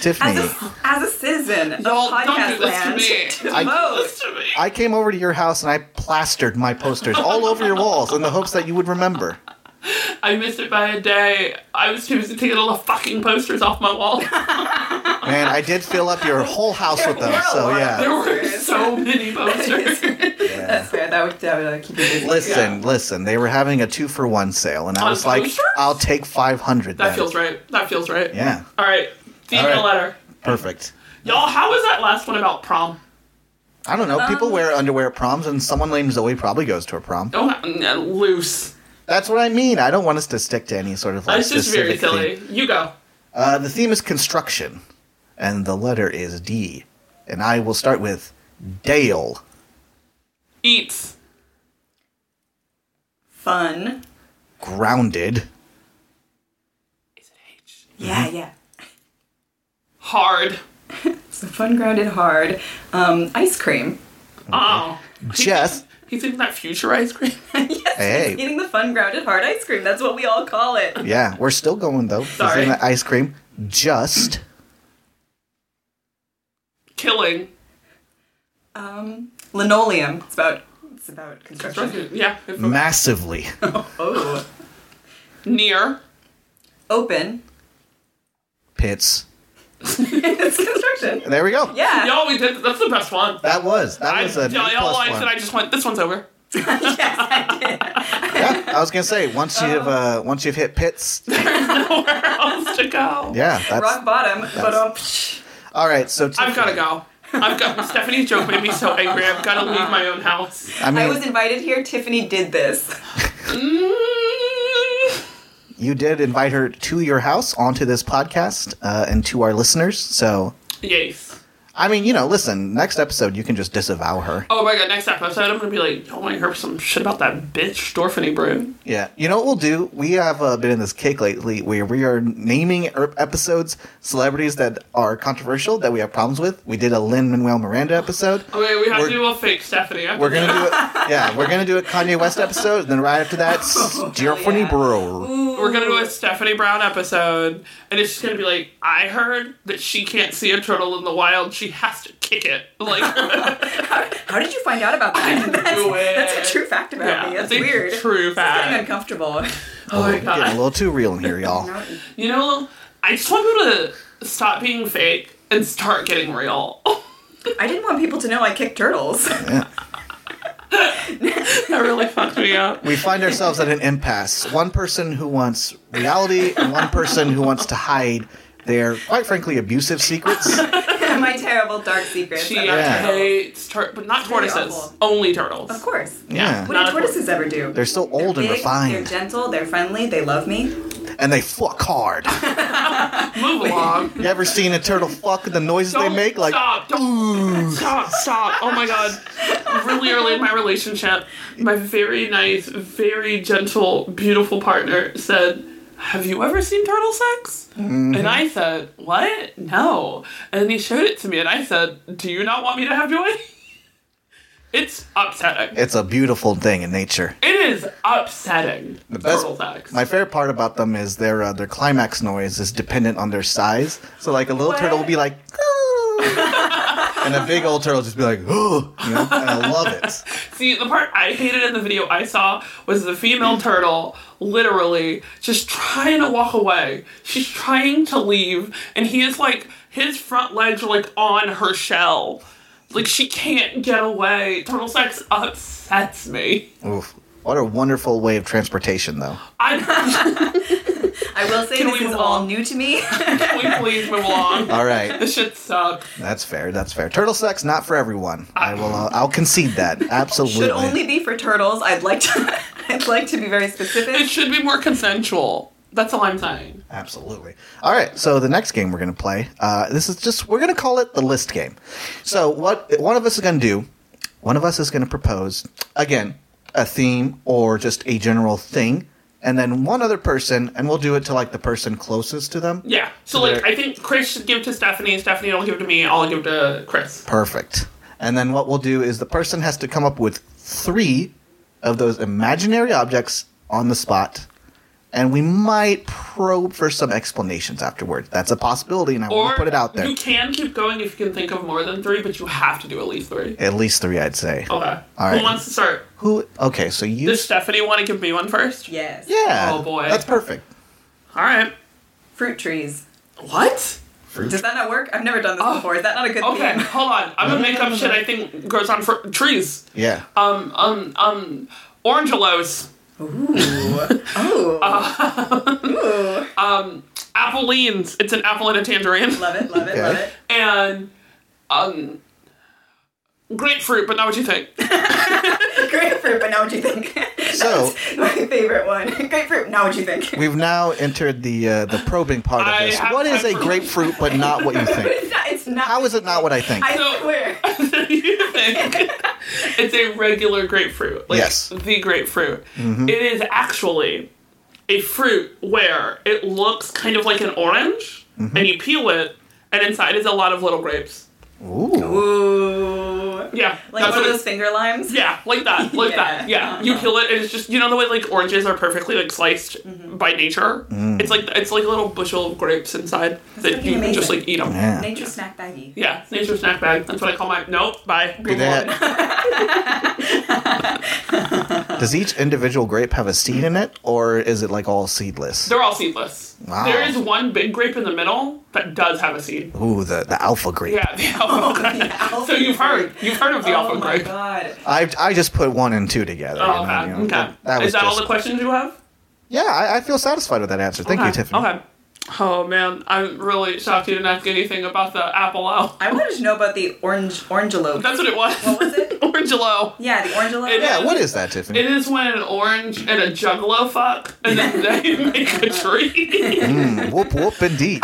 Speaker 1: tiffany
Speaker 3: as a, as a citizen of
Speaker 2: Y'all
Speaker 3: podcast
Speaker 2: don't do this
Speaker 3: land
Speaker 2: to me.
Speaker 3: to
Speaker 1: I-
Speaker 3: vote.
Speaker 2: This to me.
Speaker 1: I came over to your house and I plastered my posters all over your walls in the hopes that you would remember.
Speaker 2: I missed it by a day. I was too busy taking all the fucking posters off my wall. (laughs)
Speaker 1: Man, I did fill up your whole house with them, so
Speaker 2: There
Speaker 1: yeah.
Speaker 2: were so
Speaker 3: (laughs)
Speaker 2: many posters.
Speaker 3: That's fair. That would, that would uh, keep you busy.
Speaker 1: Listen, listen, they were having a two for one sale, and I
Speaker 2: On
Speaker 1: was like,
Speaker 2: posters?
Speaker 1: I'll take 500
Speaker 2: That
Speaker 1: then.
Speaker 2: feels right. That feels right.
Speaker 1: Yeah,
Speaker 2: All right. Female
Speaker 1: All right.
Speaker 2: letter.
Speaker 1: perfect.
Speaker 2: Y'all, how was that last one about prom?
Speaker 1: I don't know,
Speaker 2: Um,
Speaker 1: people wear underwear at proms, and someone named Zoe probably goes to a prom.
Speaker 2: Don't ha- nah, loose.
Speaker 1: That's what I mean. I don't want us to stick to any sort of like
Speaker 2: That's just very
Speaker 1: specific
Speaker 2: silly.
Speaker 1: theme.
Speaker 2: You go.
Speaker 1: Uh, the theme is construction, and the letter is D. And I will start with Dale.
Speaker 2: Eats.
Speaker 3: Fun.
Speaker 2: (laughs)
Speaker 1: Grounded.
Speaker 2: Is it H?
Speaker 3: Yeah, yeah.
Speaker 2: Hard.
Speaker 3: So fun, grounded, hard. Um, ice cream.
Speaker 2: Oh.
Speaker 1: Jess.
Speaker 2: He's eating that future ice cream. (laughs)
Speaker 3: yes,
Speaker 1: Hey.
Speaker 3: eating the fun, grounded, hard ice cream. That's what we all call it. (laughs)
Speaker 1: Yeah, we're still going though.
Speaker 2: Sorry.
Speaker 1: Using the ice cream. Just
Speaker 2: Killing.
Speaker 3: Um, linoleum. It's about it's about construction.
Speaker 2: Yeah. if- (laughs)
Speaker 1: massively.
Speaker 3: Oh,
Speaker 2: Near.
Speaker 3: open. (laughs)
Speaker 1: Pits.
Speaker 3: it's (laughs) construction.
Speaker 1: There we go.
Speaker 3: Yeah.
Speaker 2: Y'all, we did. That's the best one.
Speaker 1: That was that
Speaker 2: I,
Speaker 1: was a
Speaker 2: y'all,
Speaker 1: D
Speaker 2: y'all
Speaker 1: plus
Speaker 2: liked
Speaker 1: one.
Speaker 2: it. I just went. This one's over. (laughs)
Speaker 1: yeah, I was gonna say once
Speaker 2: (laughs)
Speaker 1: you've uh, once you've hit pits,
Speaker 2: Nowhere else to go. (laughs)
Speaker 1: yeah, that's
Speaker 3: Rock bottom. But um, psh.
Speaker 1: all right. So Tiffany,
Speaker 2: I've gotta go. I've got Stephanie's joke made me so angry. I've gotta leave my own house.
Speaker 1: I mean,
Speaker 3: I was invited here. Tiffany did this.
Speaker 2: Mm.
Speaker 1: you did invite her to your house onto this podcast uh, and to our listeners. So
Speaker 2: Yes.
Speaker 1: I mean, you know, listen, next episode you can just disavow her.
Speaker 2: Oh my god, next episode I'm gonna be like, oh, I heard some shit about that bitch Dorfany brood.
Speaker 1: Yeah. You know what we'll do? We have uh, been in this kick lately where we are naming er- episodes celebrities that are controversial that we have problems with. We did a Lin Manuel Miranda episode.
Speaker 2: Okay, we have
Speaker 1: We're-
Speaker 2: to do a fake Stephanie.
Speaker 1: We're gonna do it. Yeah, we're gonna do a Kanye West episode, and then right after that,
Speaker 2: (laughs)
Speaker 1: Giovanni
Speaker 3: yeah.
Speaker 1: Bro.
Speaker 2: We're gonna do a Stephanie Brown episode, and it's just gonna be like, I heard that she can't see a turtle in the wild. She has to kick it. Like, (laughs)
Speaker 3: How did you find out about that? That's,
Speaker 2: knew it.
Speaker 3: that's a true fact about
Speaker 2: yeah,
Speaker 3: me. That's
Speaker 2: it's a
Speaker 3: weird.
Speaker 2: True
Speaker 3: It's getting
Speaker 2: fact.
Speaker 3: uncomfortable.
Speaker 2: Oh my
Speaker 1: Getting a
Speaker 2: god.
Speaker 1: little too real in here, y'all.
Speaker 3: No,
Speaker 2: You know, I just want people to stop being fake and start getting real. (laughs)
Speaker 3: I didn't want people to know I kicked turtles.
Speaker 1: Yeah.
Speaker 2: that really fucked me
Speaker 1: (laughs)
Speaker 2: up.
Speaker 1: We find ourselves at an impasse. One person who wants reality, and one person who wants to hide their, quite frankly, abusive secrets.
Speaker 3: My terrible dark secrets.
Speaker 2: She
Speaker 3: about
Speaker 1: Yeah.
Speaker 3: turtles.
Speaker 2: hates tur- but not
Speaker 3: really
Speaker 2: tortoises.
Speaker 3: awful.
Speaker 2: Only turtles.
Speaker 3: Of course.
Speaker 1: Yeah.
Speaker 2: Not
Speaker 3: What do
Speaker 2: a tortoise.
Speaker 3: tortoises ever do?
Speaker 1: They're so old and
Speaker 3: big, They're
Speaker 1: refined,
Speaker 3: gentle. They're friendly. They love me.
Speaker 1: and they fuck hard.
Speaker 2: Move along.
Speaker 1: You ever seen a turtle fuck and the noises they
Speaker 2: Don't
Speaker 1: make? Like,
Speaker 2: stop. Don't, stop. Stop. Oh my god. Really early in my relationship, my very nice, very gentle, beautiful partner said, "Have you ever seen turtle sex?"
Speaker 1: Mm-hmm.
Speaker 2: And I said, "What? No." And he showed it to me, and I said, "Do you not want me to have joy?" (laughs) It's upsetting.
Speaker 1: it's a beautiful thing in nature.
Speaker 2: It is upsetting.
Speaker 1: best-
Speaker 2: turtle sex.
Speaker 1: My favorite part about them is their uh, their climax noise is dependent on their size. So like a little
Speaker 3: What?
Speaker 1: turtle will be like, "Ooh," and a big old turtle will just be like, oh, you know? and I love it.
Speaker 2: See, the part I hated in the video I saw was the female turtle literally just trying to walk away. She's trying to leave, and he is like, his front legs are like on her shell. Like, she can't get away. Turtle sex upsets me.
Speaker 1: Oof. What a wonderful way of transportation, though.
Speaker 2: I
Speaker 3: I will say
Speaker 2: Can
Speaker 3: this
Speaker 2: we
Speaker 3: is
Speaker 2: move
Speaker 3: all
Speaker 2: on?
Speaker 3: new to me.
Speaker 2: can we please move along.
Speaker 1: All right,
Speaker 2: This shit sucks.
Speaker 1: that's fair. That's fair. Turtle sex not for everyone. I will. Uh, I'll concede that. Absolutely.
Speaker 3: (laughs) (laughs) Should only be for turtles. I'd like to. (laughs) I'd like to be very
Speaker 2: It
Speaker 3: specific.
Speaker 2: should be more consensual. That's all I'm saying.
Speaker 1: Absolutely. All right. So the next game we're going to play, uh, this is just we're going to call it the list game. So what one of us is going to do, one of us is going to propose again a theme or just a general thing, and then one other person, and we'll do it to like the person closest to them.
Speaker 2: Yeah. So, like, I think Chris should give to Stephanie. Stephanie will give to me. I'll give to Chris.
Speaker 1: Perfect. And then what we'll do is the person has to come up with three of those imaginary objects on the spot. And we might probe for some explanations afterward. That's a possibility, and I
Speaker 2: Or
Speaker 1: want to put it out there.
Speaker 2: You can keep going if you can think of more than three, but you have to do at least three.
Speaker 1: At least three, I'd say.
Speaker 2: Okay.
Speaker 1: right.
Speaker 2: Who wants to start?
Speaker 1: Who? Okay, so you.
Speaker 2: Does Stephanie want to give me one first?
Speaker 3: Yes.
Speaker 1: yeah.
Speaker 2: Oh, boy.
Speaker 1: That's perfect.
Speaker 2: All right.
Speaker 3: Fruit trees.
Speaker 2: What?
Speaker 3: Does that not work? I've never done this before. Is that not a good
Speaker 2: Oh.
Speaker 3: (laughs)
Speaker 2: Okay,
Speaker 3: theme?
Speaker 2: hold on. I'm gonna make up shit I think grows on fr- trees.
Speaker 1: Yeah.
Speaker 2: (laughs) Um, um, um, orangelos,
Speaker 3: Oh. (laughs) Ooh.
Speaker 2: appleines. It's an apple and a tangerine,
Speaker 3: Love it. Love it. Love
Speaker 1: Okay.
Speaker 3: it.
Speaker 2: and um, grapefruit. But not what you think. (laughs)
Speaker 3: Grapefruit, but now what do you think? That's
Speaker 1: So-
Speaker 3: my favorite one. Grapefruit, now what do you think?
Speaker 1: We've now entered the uh, the probing part of
Speaker 2: I
Speaker 1: this.
Speaker 2: have
Speaker 1: What is a
Speaker 2: pepper.
Speaker 1: grapefruit, but not what you think?
Speaker 2: (laughs)
Speaker 3: (laughs) it's not. It's not
Speaker 1: How is it not what I think?
Speaker 3: I
Speaker 2: So-
Speaker 3: swear.
Speaker 2: you
Speaker 1: (laughs)
Speaker 2: think it's a regular grapefruit. Like
Speaker 1: Yes.
Speaker 2: the grapefruit.
Speaker 1: Mm-hmm.
Speaker 2: It is actually a fruit where it looks kind of like an orange
Speaker 1: Mm-hmm.
Speaker 2: and you peel it and inside is a lot of little grapes. (laughs)
Speaker 1: Ooh.
Speaker 3: Ooh.
Speaker 2: Yeah.
Speaker 3: Like one of
Speaker 2: what
Speaker 3: those
Speaker 2: it-
Speaker 3: finger limes?
Speaker 2: yeah, like
Speaker 3: (laughs)
Speaker 2: that, like
Speaker 3: Yeah. Uh-huh.
Speaker 2: that. Yeah, you peel it, and it's just you know the way like oranges are perfectly like sliced
Speaker 3: Mm-hmm.
Speaker 2: by nature.
Speaker 1: Mm.
Speaker 2: It's like it's like a little bushel of grapes inside that
Speaker 3: fucking
Speaker 2: you can just
Speaker 3: amazing.
Speaker 2: like eat them. Yeah,
Speaker 1: Yeah.
Speaker 3: Nature snack baggie.
Speaker 2: yeah nature snack bag. That's what I call my. Nope, bye.
Speaker 1: Be that. Does each individual grape have a seed in it, or is it like all seedless?
Speaker 2: (laughs) They're all seedless.
Speaker 1: Wow.
Speaker 2: There is one big grape in the middle that does have a seed.
Speaker 1: Ooh, the, the alpha grape.
Speaker 2: Yeah, the
Speaker 3: (laughs) Oh,
Speaker 2: alpha grape.
Speaker 3: alpha
Speaker 2: so you've heard you've heard of the
Speaker 3: Oh
Speaker 2: alpha
Speaker 3: my
Speaker 2: grape.
Speaker 3: god.
Speaker 1: I, I just put one and two together. you
Speaker 2: Oh,
Speaker 1: know,
Speaker 2: okay.
Speaker 1: you know,
Speaker 2: okay.
Speaker 1: That was
Speaker 2: Is that all
Speaker 1: just-
Speaker 2: the questions you have?
Speaker 1: Yeah, I, I feel satisfied with that answer. Thank
Speaker 2: okay.
Speaker 1: you, Tiffany.
Speaker 2: Okay. Oh man, I'm really shocked you didn't ask anything about the apple owl.
Speaker 3: I wanted to know about the orange orangelope.
Speaker 2: That's what it was.
Speaker 3: What was it?
Speaker 2: (laughs) Orangelo.
Speaker 3: yeah, the orangelope.
Speaker 2: It-
Speaker 1: Yeah, what is that, Tiffany?
Speaker 2: It is when an orange and a juggalo
Speaker 1: (laughs)
Speaker 2: fuck, and then they make a tree. (laughs)
Speaker 1: Hmm, Mm, whoop whoop indeed.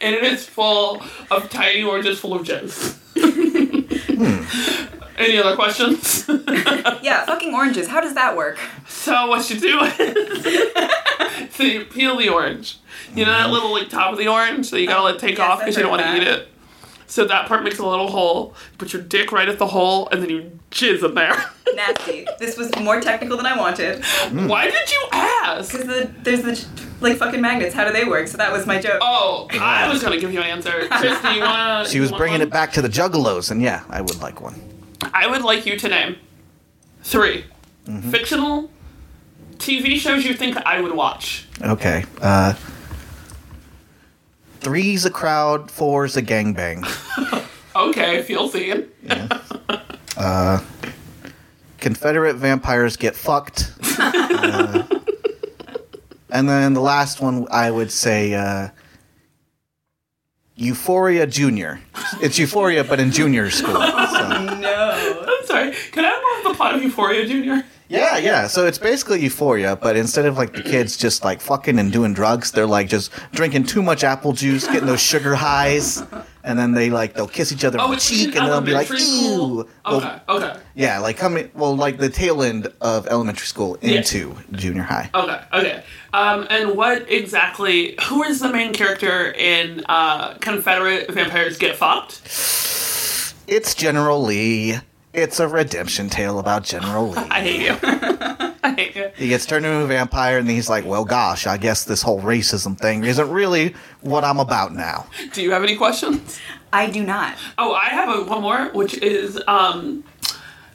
Speaker 2: and it is full of tiny oranges full of jizz.
Speaker 1: Hmm.
Speaker 2: (laughs) Any other
Speaker 1: (laughs)
Speaker 2: questions?
Speaker 3: Yeah, fucking oranges. How does that work?
Speaker 2: So what you do is (laughs) so you peel the orange. You know
Speaker 1: Mm-hmm.
Speaker 2: that little like top of the orange that you gotta let take
Speaker 3: Yes,
Speaker 2: off because you
Speaker 3: I've
Speaker 2: don't want to
Speaker 3: heard
Speaker 2: eat
Speaker 3: of
Speaker 2: it. So that part makes a little hole. You put your dick right at the hole, and then you jizz in there.
Speaker 3: Nasty. This was more technical than I wanted.
Speaker 1: Mm.
Speaker 2: (laughs) Why did you ask?
Speaker 3: Because the, there's the like fucking magnets. How do they work? So that was my joke.
Speaker 2: Oh, I was gonna give you an
Speaker 3: (laughs)
Speaker 2: answer. Christy, you wanna?
Speaker 1: She was bringing it back to the Juggalos, and yeah, I would like one.
Speaker 2: I would like you to name 3
Speaker 1: Mm-hmm.
Speaker 2: fictional TV shows you think I would watch.
Speaker 1: Okay. Uh, three's a crowd, four's a gangbang.
Speaker 2: Okay, feel seen.
Speaker 1: Uh, Confederate vampires get fucked. Uh, and then the last one, I would say uh, Euphoria Junior. It's Euphoria, but in junior school. So.
Speaker 3: No.
Speaker 2: I'm sorry. Can I have the plot of Euphoria, Junior?
Speaker 1: Yeah, yeah. So it's basically Euphoria, but instead of like the kids just like fucking and doing drugs, they're like just drinking too much apple juice, getting those sugar highs, and then they like they'll kiss each other
Speaker 2: Oh,
Speaker 1: on the
Speaker 2: it's in
Speaker 1: cheek, and they'll be like,
Speaker 2: elementary school?
Speaker 1: "Ew." Well,
Speaker 2: Okay, okay,
Speaker 1: Yeah, like coming well, like the tail end of elementary school
Speaker 2: Yeah.
Speaker 1: into junior high.
Speaker 2: okay, okay. Um, and what exactly? Who is the main character in uh, Confederate Vampires Get Fucked?
Speaker 1: It's General Lee. It's a redemption tale about General Lee.
Speaker 2: (laughs) I hate you. I hate you.
Speaker 1: He gets turned into a vampire, and he's like, "Well, gosh, I guess this whole racism thing isn't really what I'm about now."
Speaker 2: Do you have any questions?
Speaker 3: I do not.
Speaker 2: Oh, I have a, one more, which is um,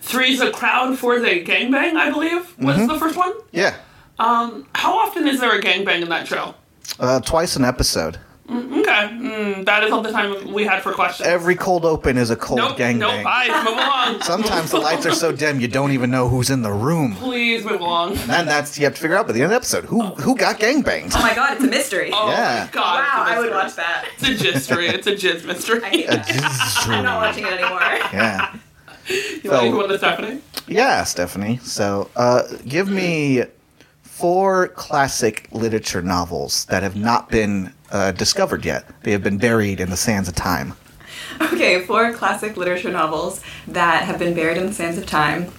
Speaker 2: three's a crowd, four's a gangbang. I believe was
Speaker 1: Mm-hmm.
Speaker 2: the first one.
Speaker 1: Yeah,
Speaker 2: How often is there a gangbang in that show?
Speaker 1: uh, twice an episode.
Speaker 2: Okay, mm, that is all the time we had for questions.
Speaker 1: Every cold open is a cold
Speaker 2: nope,
Speaker 1: gangbang.
Speaker 2: nope. Bye. Move
Speaker 1: (laughs)
Speaker 2: along.
Speaker 1: Sometimes the lights are
Speaker 2: (laughs)
Speaker 1: so dim you don't even know who's in the room.
Speaker 2: Please move along.
Speaker 1: And that's you have to figure out by the end of the episode who who got
Speaker 2: (laughs)
Speaker 1: gangbanged.
Speaker 3: Oh my god, it's a mystery.
Speaker 2: Oh
Speaker 1: Yeah.
Speaker 2: my god.
Speaker 3: wow,
Speaker 2: it's a
Speaker 3: I would
Speaker 2: mystery.
Speaker 3: watch that.
Speaker 2: It's a jizz
Speaker 3: (laughs)
Speaker 2: It's a jizz mystery.
Speaker 3: I hate
Speaker 1: A
Speaker 2: (laughs)
Speaker 3: that. I'm not watching it anymore.
Speaker 1: yeah.
Speaker 2: You like
Speaker 1: So-
Speaker 2: when that's happening?
Speaker 1: Yeah, Stephanie. So, uh, give me four classic literature novels that have not been uh, discovered yet. They have been buried in the sands of time.
Speaker 3: (laughs) Okay, four classic literature novels that have been buried in the sands of time.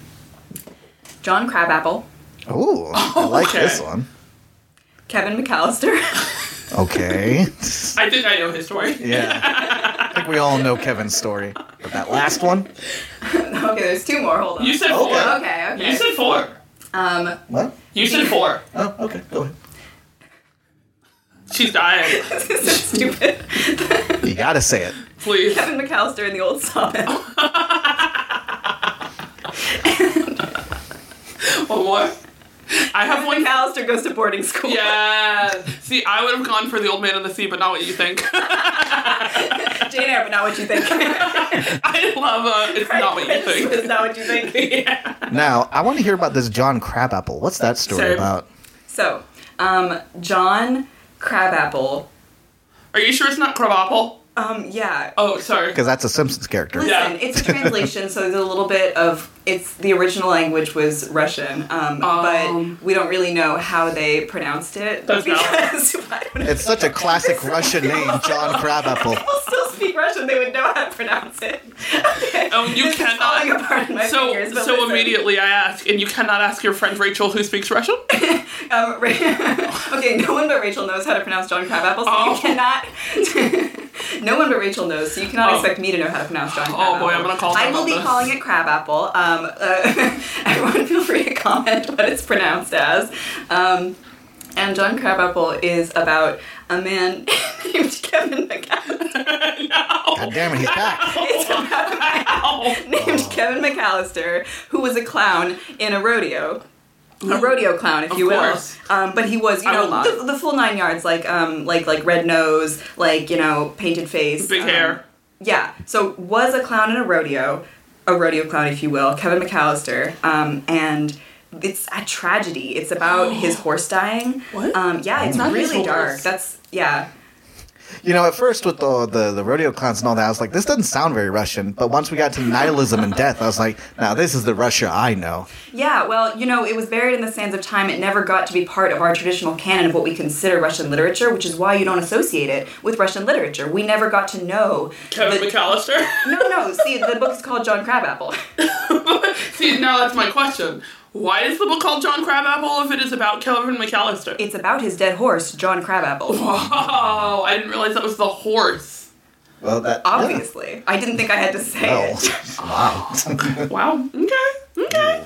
Speaker 3: John Crabapple,
Speaker 1: Ooh, I like
Speaker 2: Okay.
Speaker 1: this one.
Speaker 3: Kevin McAllister, (laughs)
Speaker 1: (laughs) Okay.
Speaker 2: I think I know his story.
Speaker 1: yeah. I think we all know Kevin's story. But that last one?
Speaker 3: Okay, there's two more. Hold on.
Speaker 2: You said
Speaker 1: Okay.
Speaker 2: four.
Speaker 3: okay,
Speaker 2: You
Speaker 3: okay.
Speaker 2: said four.
Speaker 3: Um, (laughs)
Speaker 1: What?
Speaker 2: You said four.
Speaker 1: Oh, okay. Go ahead.
Speaker 2: She's dying.
Speaker 3: this is stupid. (laughs)
Speaker 1: You gotta say it.
Speaker 2: Please.
Speaker 3: Kevin McAllister in the
Speaker 2: (laughs)
Speaker 3: Old Summit.
Speaker 2: One more. I have one.
Speaker 3: (laughs) McAllister goes to boarding school.
Speaker 2: Yeah. See, I would have gone for the old man in the sea, but not what you think.
Speaker 3: (laughs)
Speaker 2: (laughs)
Speaker 3: Jane Eyre, but not what you think.
Speaker 2: I love a. It's (laughs) not
Speaker 3: (laughs)
Speaker 2: what you think.
Speaker 3: It's not what you think.
Speaker 2: (laughs) Yeah.
Speaker 1: Now, I want to hear about this John Crabapple. What's that story
Speaker 2: Same.
Speaker 1: about?
Speaker 3: So, um, John Crabapple.
Speaker 2: Are you sure it's not Crabapple?
Speaker 3: Um, yeah.
Speaker 2: Oh, sorry.
Speaker 1: Because that's a Simpsons character.
Speaker 3: Listen,
Speaker 2: Yeah.
Speaker 3: it's a translation, so there's a little bit of it's the original language was Russian,
Speaker 2: Um.
Speaker 3: um, but we don't really know how they pronounced it
Speaker 2: That's valid.
Speaker 3: because (laughs) I don't know.
Speaker 1: It's such a classic Russian name, John Crabapple.
Speaker 3: people still speak Russian, they would know how to pronounce it. (laughs) Okay.
Speaker 2: Um, you
Speaker 3: This is
Speaker 2: cannot.
Speaker 3: falling apart in my
Speaker 2: so,
Speaker 3: fingers, but
Speaker 2: so
Speaker 3: listen.
Speaker 2: immediately I ask, and you cannot ask your friend Rachel who speaks
Speaker 3: (laughs)
Speaker 2: Russian. (laughs)
Speaker 3: Um, (laughs) Ra- okay, no one but Rachel knows how to pronounce John Crabapple, so
Speaker 2: Oh.
Speaker 3: you cannot. (laughs) no one but Rachel knows, so you cannot
Speaker 2: Oh.
Speaker 3: expect me to know how to pronounce John Crabapple.
Speaker 2: Oh, boy, I'm gonna call her
Speaker 3: I will
Speaker 2: about
Speaker 3: be
Speaker 2: this.
Speaker 3: calling it Crabapple. Um, uh, (laughs) everyone, feel free to comment what it's pronounced as. Um, and John Crabapple is about a man (laughs) named Kevin McAllister.
Speaker 2: no.
Speaker 1: God damn it, he's back.
Speaker 3: It's about a man
Speaker 2: Ow.
Speaker 3: (laughs) named Kevin McAllister, who was a clown in a rodeo. A rodeo clown, if
Speaker 2: Of
Speaker 3: you will.
Speaker 2: course.
Speaker 3: Um, but he was, you
Speaker 2: I
Speaker 3: know,
Speaker 2: would love-
Speaker 3: the, the full nine yards, like um, like like red nose, like you know, painted face,
Speaker 2: Big
Speaker 3: um,
Speaker 2: hair.
Speaker 3: Yeah. So was a clown in a rodeo, a rodeo clown, if you will, Kevin McAllister, um, and. It's a tragedy.
Speaker 2: (gasps)
Speaker 3: It's about his horse dying.
Speaker 2: What?
Speaker 3: Um, yeah, it's
Speaker 2: not his
Speaker 3: really dark.
Speaker 2: horse.
Speaker 3: That's yeah.
Speaker 1: You know, at first with the, the the rodeo clowns and all that, I was like, this doesn't sound very Russian. But once we got to nihilism and death, I was like, now this is the Russia I know.
Speaker 3: Yeah, well, you know, it was buried in the sands of time. It never got to be part of our traditional canon of what we consider Russian literature, which is why you don't associate it with Russian literature. We never got to know.
Speaker 2: Kevin
Speaker 3: the-
Speaker 2: McAllister.
Speaker 3: no, no. See, the book is called John Crabapple.
Speaker 2: (laughs) See, now that's my question. Why is the book called John Crabapple if it is about Kevin McAllister?
Speaker 3: It's about his dead horse, John Crabapple.
Speaker 2: oh, I didn't realize that was the horse.
Speaker 1: Well, that yeah.
Speaker 3: Obviously, I didn't think I had to say
Speaker 1: Well,
Speaker 3: it.
Speaker 1: wow.
Speaker 2: Wow. Okay. Okay.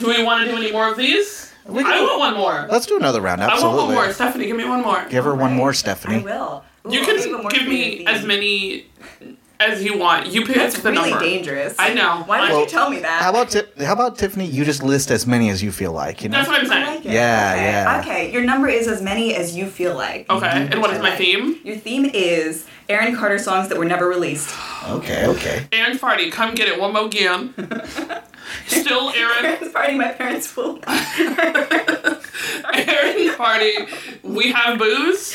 Speaker 2: Do we want to do any more of these?
Speaker 1: We
Speaker 2: I
Speaker 1: can-
Speaker 2: want one more.
Speaker 1: (laughs) Let's do another round.
Speaker 2: I want one
Speaker 1: Absolutely.
Speaker 2: more. Stephanie, give me one more.
Speaker 1: Give her one
Speaker 3: Alright,
Speaker 1: more,
Speaker 3: I
Speaker 1: Stephanie.
Speaker 3: will. Ooh,
Speaker 2: You
Speaker 3: I'll do one
Speaker 2: can
Speaker 3: more
Speaker 2: give me
Speaker 3: community.
Speaker 2: as many as you want. You pick
Speaker 3: That's
Speaker 2: the
Speaker 3: really
Speaker 2: number.
Speaker 3: dangerous.
Speaker 2: I know.
Speaker 3: Why would
Speaker 1: Well,
Speaker 3: you tell me that?
Speaker 1: How about Ti- how about Tiffany? You just list as many as you feel like. You know.
Speaker 2: That's what I'm
Speaker 3: I
Speaker 2: saying.
Speaker 3: like it.
Speaker 1: Yeah,
Speaker 3: okay.
Speaker 1: yeah.
Speaker 3: Okay, your number is as many as you feel like.
Speaker 2: Okay. And what is my
Speaker 3: Alright.
Speaker 2: theme?
Speaker 3: Your theme is Aaron Carter songs that were never released.
Speaker 1: okay. Okay.
Speaker 2: Aaron Farty, come get it one more
Speaker 3: (laughs)
Speaker 2: again. Still Aaron.
Speaker 3: Aaron's party, my parents (laughs) will.
Speaker 2: Aaron's Party. We have booze.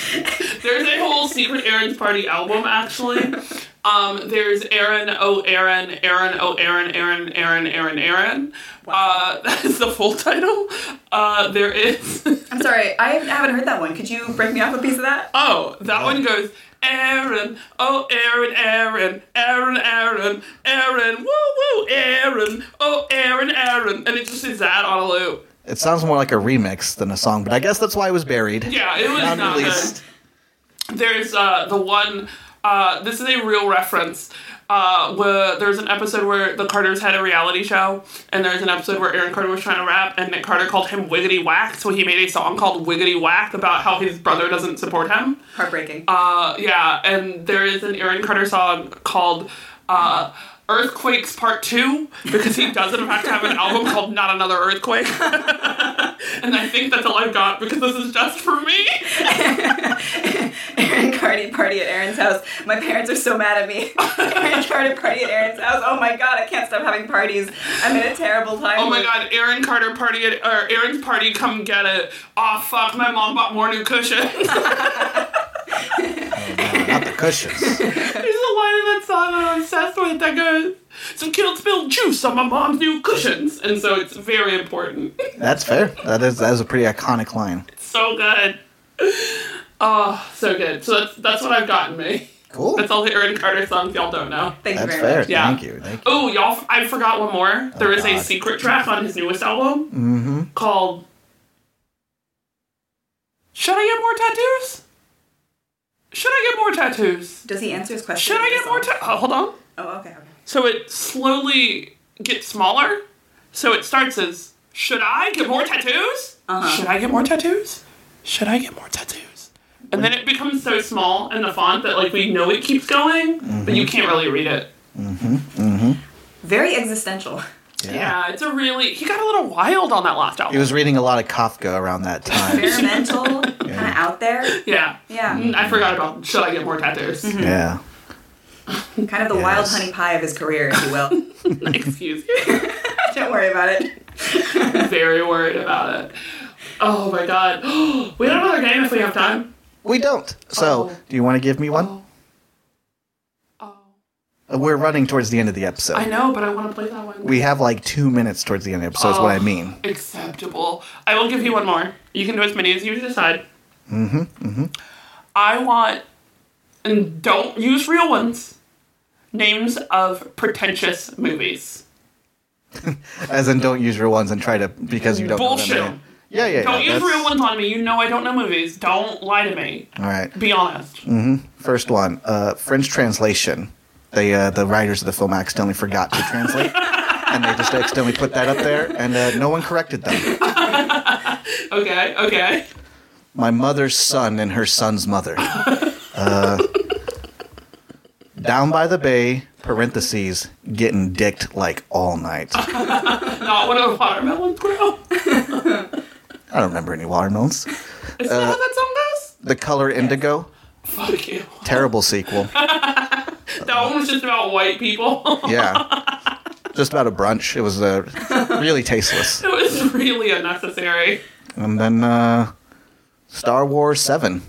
Speaker 2: There's a whole secret Aaron's Party album actually. Um, there's Aaron, oh Aaron, Aaron, oh Aaron, Aaron, Aaron, Aaron, Aaron. Uh, (laughs) that is the full title. Uh, there is. (laughs)
Speaker 3: I'm sorry, I haven't heard that one. Could you break me off a piece of that?
Speaker 2: Oh, that one goes. Aaron, oh Aaron, Aaron, Aaron, Aaron, Aaron, woo woo, Aaron, oh Aaron, Aaron, and it just is that on a loop.
Speaker 1: It sounds more like a remix than a song, but I guess that's why it was buried.
Speaker 2: Yeah, it was not good.
Speaker 1: Unreleased.
Speaker 2: there's uh, the one uh, this is a real reference uh, where there's an episode where the carters had a reality show and there's an episode where aaron carter was trying to rap and nick carter called him wiggity whack so he made a song called wiggity whack about how his brother doesn't support him
Speaker 3: Heartbreaking.
Speaker 2: uh, yeah and there is an aaron carter song called uh, earthquakes part two because he does in fact have an album called not another earthquake (laughs) and i think that's all i've got because this is just for me
Speaker 3: (laughs) Aaron Carter party at Aaron's house. My parents are so mad at me. (laughs) Aaron Carter party at Aaron's house. Oh my god, I can't stop having parties. I'm in a terrible time.
Speaker 2: Oh my god, Aaron Carter party at, or Aaron's party, come get it. Aw fuck, my mom bought more new cushions. There's a line in
Speaker 1: Not the cushions.
Speaker 2: (laughs) that song that I'm obsessed with that goes, some kid spilled juice on my mom's new cushions. And so it's very important.
Speaker 1: That's fair. That is that is a pretty iconic line.
Speaker 2: It's so good. Oh, so good. So that's that's what I've gotten me.
Speaker 1: Cool.
Speaker 2: That's all the Aaron Carter songs y'all don't know.
Speaker 3: Thank
Speaker 1: That's
Speaker 3: you very
Speaker 1: fair.
Speaker 3: much.
Speaker 2: Yeah.
Speaker 1: Thank you. Thank you.
Speaker 2: Oh, y'all, f- I forgot one more. There is a
Speaker 1: God.
Speaker 2: secret track on his newest album called Should I Get More Tattoos? Should I Get More Tattoos?
Speaker 3: Does he answer his question?
Speaker 2: Should I get more tattoos? Oh, hold on.
Speaker 3: Oh, okay, okay.
Speaker 2: So it slowly gets smaller. So it starts as Should I get more tattoos? Should I get more tattoos? Should I get more tattoos? And then it becomes so small in the font that like we know it keeps going, but you can't really read it.
Speaker 1: (laughs)
Speaker 3: Very existential.
Speaker 2: Yeah, it's a really. He got a little wild on that last album.
Speaker 1: He was reading a lot of Kafka around that time.
Speaker 3: Experimental, kind of out there.
Speaker 2: yeah.
Speaker 3: Yeah.
Speaker 2: Mm, I forgot about. Should I get more tattoos? (laughs)
Speaker 1: yeah.
Speaker 3: Kind of the wild
Speaker 1: Yes.
Speaker 3: honey pie of his career, if you
Speaker 1: (laughs)
Speaker 3: will.
Speaker 2: Excuse me. (laughs)
Speaker 3: Don't worry about it.
Speaker 2: Very worried about it. Oh my god. (gasps) we have another game if we have time.
Speaker 1: We don't. So,
Speaker 2: Oh.
Speaker 1: do you want to give me one?
Speaker 2: Oh. Oh.
Speaker 1: Uh, We're running towards the end of the episode.
Speaker 2: I know, but I want to play that one.
Speaker 1: we have like two minutes towards the end of the episode, is what I
Speaker 2: Oh,
Speaker 1: mean.
Speaker 2: Acceptable. I will give you one more. You can do as many as you decide. Mm-hmm. Mm-hmm. I want, and don't use real ones, names of pretentious movies.
Speaker 1: As in, don't use real ones and try to, because you don't
Speaker 2: Bullshit.
Speaker 1: know them. Yeah, yeah, yeah.
Speaker 2: Don't use
Speaker 1: that's-
Speaker 2: real ones on me. You know I don't know movies. Don't lie to me.
Speaker 1: All right.
Speaker 2: Be honest.
Speaker 1: First one uh, French translation. They, uh, the writers of the film accidentally forgot to
Speaker 2: (laughs)
Speaker 1: translate. and they just accidentally put that up there, and uh, no one corrected them.
Speaker 2: Okay, okay.
Speaker 1: My mother's son and her son's mother. Uh, down by the bay, parentheses, getting dicked like all night.
Speaker 2: Not one of the watermelons grow. Is
Speaker 1: I don't remember any watermelons.
Speaker 2: that how that song goes?
Speaker 1: The Color Indigo,
Speaker 2: Fuck you.
Speaker 1: terrible sequel.
Speaker 2: That one was just about white people. (laughs)
Speaker 1: Yeah. Just about a brunch. It was uh, really tasteless.
Speaker 2: it was really unnecessary.
Speaker 1: And then uh, Star Wars 7.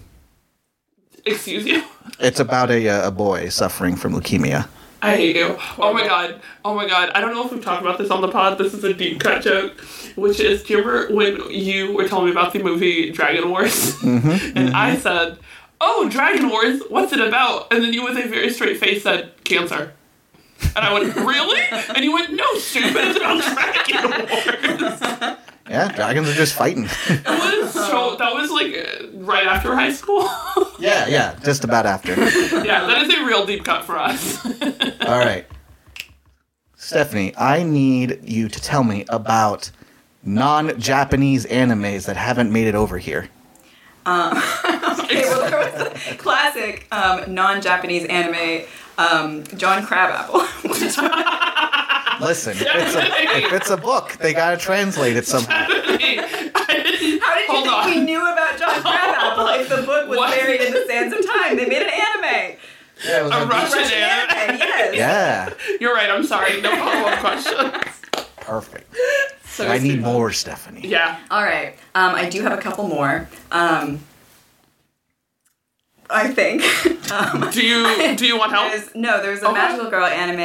Speaker 2: Excuse you?
Speaker 1: It's about a, uh, a boy suffering from leukemia.
Speaker 2: I hate you. Oh my god. Oh my god. I don't know if we've talked about this on the pod. This is a deep cut joke, which is do you remember when you were telling me about the movie Dragon Wars? (laughs) and I said, Oh, Dragon Wars, what's it about? And then you, with a very straight face, said, Cancer. And I went, Really? And you went, No, stupid, it's about Dragon Wars.
Speaker 1: Yeah, dragons are just fighting. (laughs)
Speaker 2: It was so, that was like uh, right after high school. (laughs)
Speaker 1: yeah, yeah, just about after.
Speaker 2: yeah, that is a real deep cut for us. (laughs)
Speaker 1: All right. Stephanie, I need you to tell me about non Japanese animes that haven't made it over here.
Speaker 3: Okay, well, there was (laughs) a classic um, non-Japanese anime, um, John (laughs) Crabapple. which
Speaker 1: Listen, if it's a, if it's a book, they gotta translate it somehow.
Speaker 3: How did you
Speaker 2: Hold
Speaker 3: think
Speaker 2: on.
Speaker 3: we knew about (laughs) John Crabapple if the book was
Speaker 2: What?
Speaker 3: buried in the sands of time? They made an (laughs) anime.
Speaker 1: Yeah, it was
Speaker 2: A
Speaker 1: like-
Speaker 2: Russian
Speaker 3: Russian
Speaker 2: anime.
Speaker 3: anime, yes.
Speaker 1: yeah
Speaker 2: You're right. I'm sorry. No follow up questions.
Speaker 1: perfect.
Speaker 2: So
Speaker 1: I need
Speaker 2: stupid.
Speaker 1: more, Stephanie.
Speaker 2: Yeah.
Speaker 3: All right. Um, I do have a couple more. Um, I think. (laughs) Um,
Speaker 2: Do
Speaker 3: (laughs)
Speaker 2: you do you want help?
Speaker 3: there's, no, there's a magical girl anime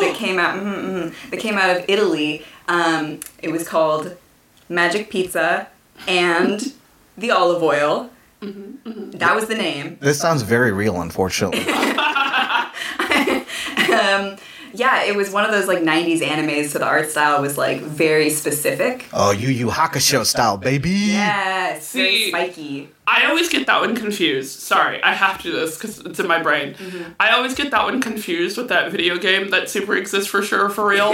Speaker 2: (gasps)
Speaker 3: that came out mhm, mhm, that came out of Italy. Um, it was called Magic Pizza and the Olive Oil.
Speaker 2: Mm-hmm,
Speaker 3: That was the name.
Speaker 1: This sounds very real,
Speaker 2: (laughs)
Speaker 1: unfortunately.
Speaker 3: Um, yeah, it was one of those like '90s animes, so the art style was like very specific.
Speaker 1: Oh, Yu Yu Hakusho style, baby.
Speaker 3: Yes, very
Speaker 2: See-
Speaker 3: spiky.
Speaker 2: I always get that one confused. Sorry, I have to do this because it's in my brain.
Speaker 3: Mm-hmm.
Speaker 2: I always get that one confused with that video game that super exists for sure for
Speaker 3: (laughs)
Speaker 2: real,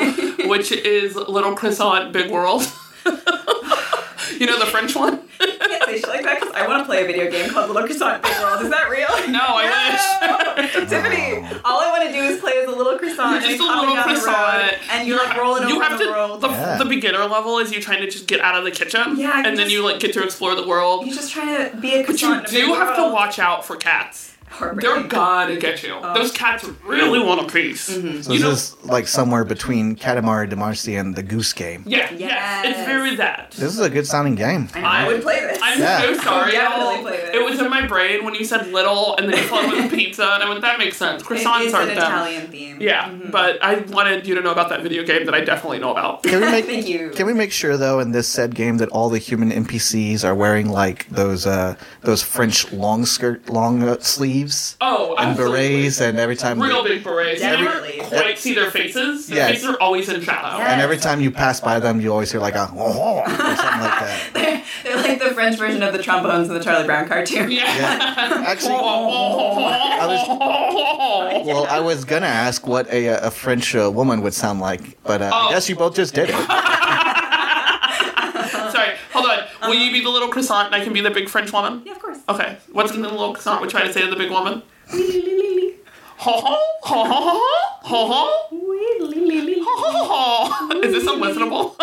Speaker 2: which is Little Croissant Big World. (laughs) you know the French one?
Speaker 3: I can't say shit like that because I want to play a video game called Little Croissant Big World. Is that real?
Speaker 2: (laughs) No, I wish.
Speaker 3: Tiffany, all I want to do is play as a little croissant
Speaker 2: You're
Speaker 3: and
Speaker 2: just a
Speaker 3: hopping
Speaker 2: little
Speaker 3: down the
Speaker 2: croissant.
Speaker 3: road, and you're like rolling
Speaker 2: you
Speaker 3: over
Speaker 2: have
Speaker 3: the
Speaker 2: to.
Speaker 3: world.
Speaker 2: The,
Speaker 1: Yeah.
Speaker 2: the beginner level is you trying to just get out of the kitchen,
Speaker 3: Yeah, you
Speaker 2: and then
Speaker 3: just-
Speaker 2: you like get to explore the world.
Speaker 3: You're just trying to be a
Speaker 2: But you
Speaker 3: croissant. in a
Speaker 2: do
Speaker 3: big
Speaker 2: have to
Speaker 3: world.
Speaker 2: watch out for cats. They're
Speaker 3: Heartbreaking.
Speaker 2: gonna get you.
Speaker 3: Oh.
Speaker 2: Those cats really want a piece.
Speaker 3: Mm-hmm.
Speaker 1: So
Speaker 2: You
Speaker 1: this
Speaker 2: know,
Speaker 1: is like somewhere between Katamari Damacy and the Goose Game.
Speaker 2: yeah, yes. it's
Speaker 3: Yes.
Speaker 2: very that.
Speaker 1: This is a good sounding game.
Speaker 3: I, know, I would play this.
Speaker 2: I'm
Speaker 1: Yeah.
Speaker 2: so sorry.
Speaker 3: Definitely
Speaker 2: y'all.
Speaker 3: play this.
Speaker 2: It was in my brain when you said little, and then you followed with pizza, and I went, "That makes sense."
Speaker 3: It is
Speaker 2: Croissants
Speaker 3: an
Speaker 2: aren't them.
Speaker 3: Italian Mm-hmm. theme.
Speaker 2: Yeah, but I wanted you to know about that video game that I definitely know about.
Speaker 1: Can
Speaker 2: (laughs)
Speaker 1: we make
Speaker 3: Thank you.
Speaker 1: Can we make sure though in this said game that all the human NPCs are wearing like those uh those French long skirt long uh, sleeves
Speaker 2: Oh,
Speaker 1: and
Speaker 2: absolutely.
Speaker 1: berets and every time
Speaker 2: real big berets. You never
Speaker 3: Definitely.
Speaker 2: quite see their faces. Their
Speaker 1: Yes.
Speaker 2: faces are always in shadow.
Speaker 3: Yes.
Speaker 1: and every time you pass by them you always hear like a (laughs) oh, oh," or something like that.
Speaker 3: They're, (laughs) they're like the French version of the trombones in the Charlie Brown cartoon.
Speaker 2: (laughs)
Speaker 1: Yeah. Actually
Speaker 2: Oh.
Speaker 1: well, I was gonna ask what a, uh, a French uh, woman would sound like, but uh, I
Speaker 2: Oh.
Speaker 1: guess you both just did it.
Speaker 2: Sorry, hold on. Will you be the little croissant and I can be the big French woman?
Speaker 3: Uh-huh. Yeah, of course.
Speaker 2: Okay. What's in the little croissant we try to say to the big woman? (laughs) Ho ho ho ho ho ho ho ho. Oh, Is this
Speaker 1: (laughs)
Speaker 2: unlistenable?